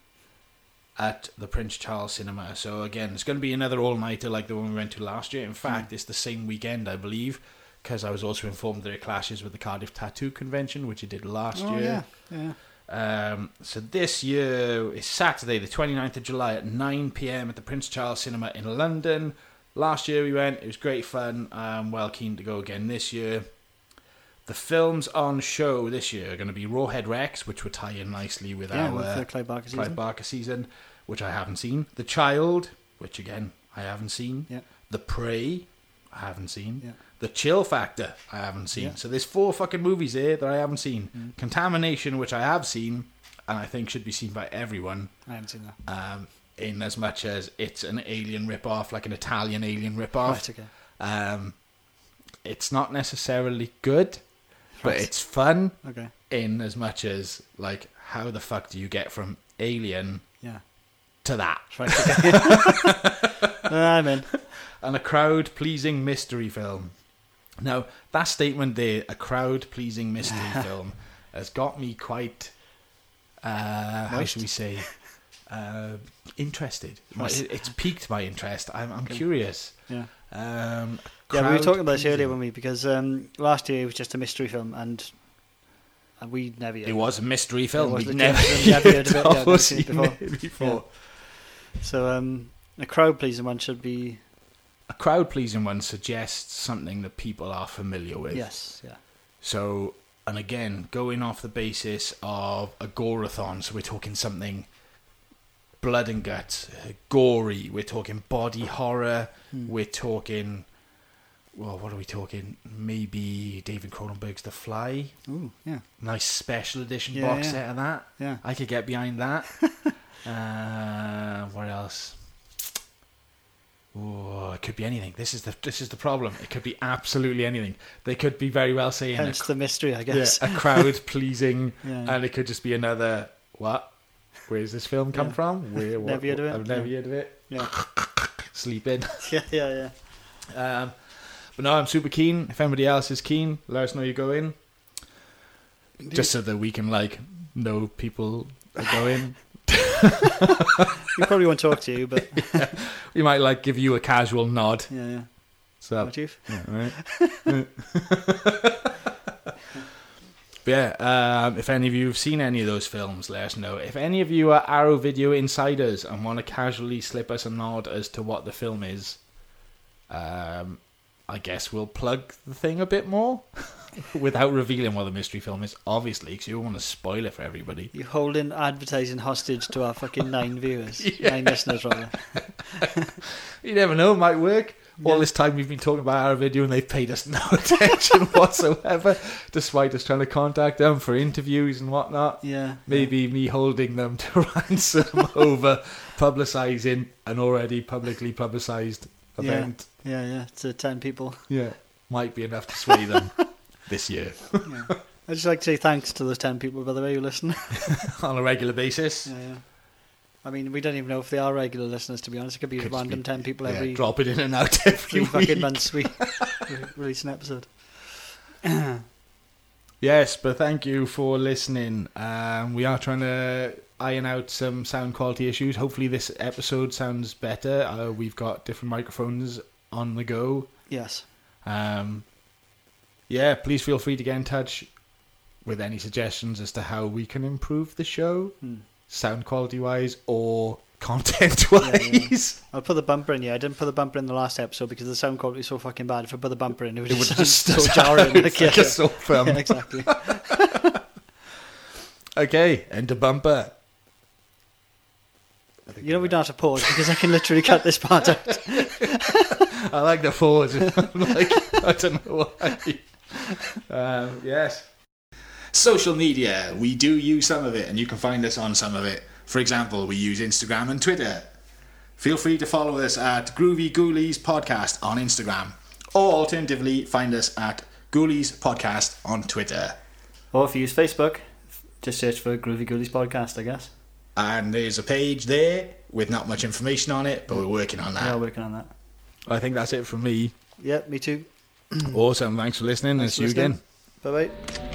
S3: at the Prince Charles Cinema. So again, it's going to be another all nighter like the one we went to last
S4: Hmm.
S3: year. In fact, it's the same weekend, I believe, because I was also informed that it clashes with the Cardiff Tattoo Convention, which it did last
S4: oh
S3: year.
S4: yeah, yeah.
S3: Um, so this year is Saturday, the 29th of July at 9 pm at the Prince Charles Cinema in London. Last year we went, it was great fun. I'm well keen to go again this year. The films on show this year are going to be Rawhead Rex, which would tie in nicely with
S4: Yeah,
S3: our
S4: with the Clive Barker
S3: Clive
S4: season.
S3: Barker season, which I haven't seen. The Child, which again I haven't seen.
S4: Yeah.
S3: The Prey, I haven't seen.
S4: Yeah.
S3: The Chill Factor, I haven't seen.
S4: Yeah. Mm.
S3: So there's four fucking movies here that I haven't seen. Contamination, which I have seen, and I think should be seen by everyone,
S4: I haven't seen that.
S3: um, in as much as it's an alien ripoff, like an Italian alien ripoff.
S4: Right, okay.
S3: Um, it's not necessarily good, but
S4: Right.
S3: it's fun
S4: Okay.
S3: in as much as like how the fuck do you get from Alien
S4: Yeah.
S3: to that?
S4: Right, okay. I'm in.
S3: and a crowd pleasing mystery film. Now, that statement there, a crowd pleasing mystery film, has got me quite, uh, how
S4: Moist?
S3: should we say, uh, interested. My,
S4: Moist.
S3: it, it's piqued my interest. I'm, I'm curious.
S4: Yeah.
S3: Um,
S4: Yeah, we were
S3: crowd
S4: talking about this
S3: pleasing.
S4: earlier, weren't we? Because um, last year it was just a mystery film, and and we never.
S3: It was a mystery film.
S4: was
S3: We'd
S4: legit-
S3: never,
S4: never heard of it, yeah,
S3: all
S4: I've never
S3: seen
S4: seen
S3: it
S4: it
S3: before.
S4: So um, a crowd pleasing one should be
S3: A crowd pleasing one suggests something that people are familiar with.
S4: yes, yeah,
S3: So, and again, going off the basis of a gorathon, so we're talking something blood and guts, uh, gory, we're talking body horror,
S4: Hmm.
S3: we're talking, well, what are we talking? Maybe David Cronenberg's The Fly,
S4: ooh, yeah,
S3: nice special edition
S4: Yeah,
S3: box
S4: yeah.
S3: set of that.
S4: yeah.
S3: I could get behind that. uh, what else? Oh, it could be anything. This is the this is the problem. It could be absolutely anything. They could be very well saying a
S4: Hence the mystery, I
S3: yeah,
S4: guess.
S3: a crowd pleasing,
S4: Yeah.
S3: and it could just be another what? Where's this film come
S4: Yeah.
S3: from? Where? What,
S4: Never heard of it.
S3: I've never heard of it.
S4: Yeah,
S3: Sleeping.
S4: yeah, yeah, yeah.
S3: Um, but But no, I'm super keen. If anybody else is keen, let us know you go in. Just so that we can like know people that go in.
S4: We probably won't talk to you, but
S3: We might like give you a casual nod.
S4: yeah, yeah.
S3: So
S4: Right, Chief?
S3: Yeah, right. but yeah, um, if any of you have seen any of those films, let us know. If any of you are Arrow Video insiders and want to casually slip us a nod as to what the film is, um, I guess we'll plug the thing a bit more without revealing what the mystery film is, obviously, because you don't want to spoil it for everybody.
S4: You're holding advertising hostage to our fucking nine viewers, nine listeners rather.
S3: You never know, it might work. All this time we've been talking about our video and they've paid us no attention whatsoever, despite us trying to contact them for interviews and whatnot.
S4: Yeah.
S3: Maybe me holding them to ransom over publicising an already publicly publicised event.
S4: Yeah, yeah. To ten people.
S3: Yeah. Might be enough to sway them this year
S4: Yeah. I'd just like to say thanks to those ten people, by the way, who listen.
S3: on a regular basis.
S4: yeah, yeah. I mean, we don't even know if they are regular listeners. To be honest, it could be
S3: Could just
S4: random
S3: be-
S4: ten people
S3: Yeah,
S4: every
S3: drop it in and out every
S4: few
S3: week.
S4: fucking months we re- release an episode.
S3: Yes, but thank you for listening. Um, we are trying to iron out some sound quality issues. Hopefully, this episode sounds better. Uh, we've got different microphones on the go.
S4: Yes.
S3: Um, yeah, please feel free to get in touch with any suggestions as to how we can improve the show,
S4: Hmm.
S3: sound quality wise or content wise.
S4: I'll put the bumper in. Yeah, I didn't put the bumper in the last episode because the sound quality was so fucking bad. If I put the bumper in, it would,
S3: It would
S4: sound
S3: just
S4: so jarring.
S3: It's
S4: Like,
S3: like
S4: yeah.
S3: a soap film.
S4: Yeah, exactly.
S3: Okay, end of bumper. I think
S4: You know
S3: we're
S4: we don't have to pause because I can literally cut this part out.
S3: I like the forwards. I'm like, I don't know why. Um, yes. Social media, we do use some of it, and you can find us on some of it. For example, we use Instagram and Twitter. Feel free to follow us at Groovy Ghoulies Podcast on Instagram, or alternatively, find us at Ghoulies Podcast on Twitter.
S4: Or if you use Facebook, f- just search for Groovy Ghoulies Podcast, I guess.
S3: And there's a page there with not much information on it, but we're working on
S4: We are
S3: that.
S4: working on that.
S3: I think that's it from me.
S4: Yeah, me too.
S3: Awesome. Thanks for listening, and
S4: Thanks for listening. Bye bye.
S3: again.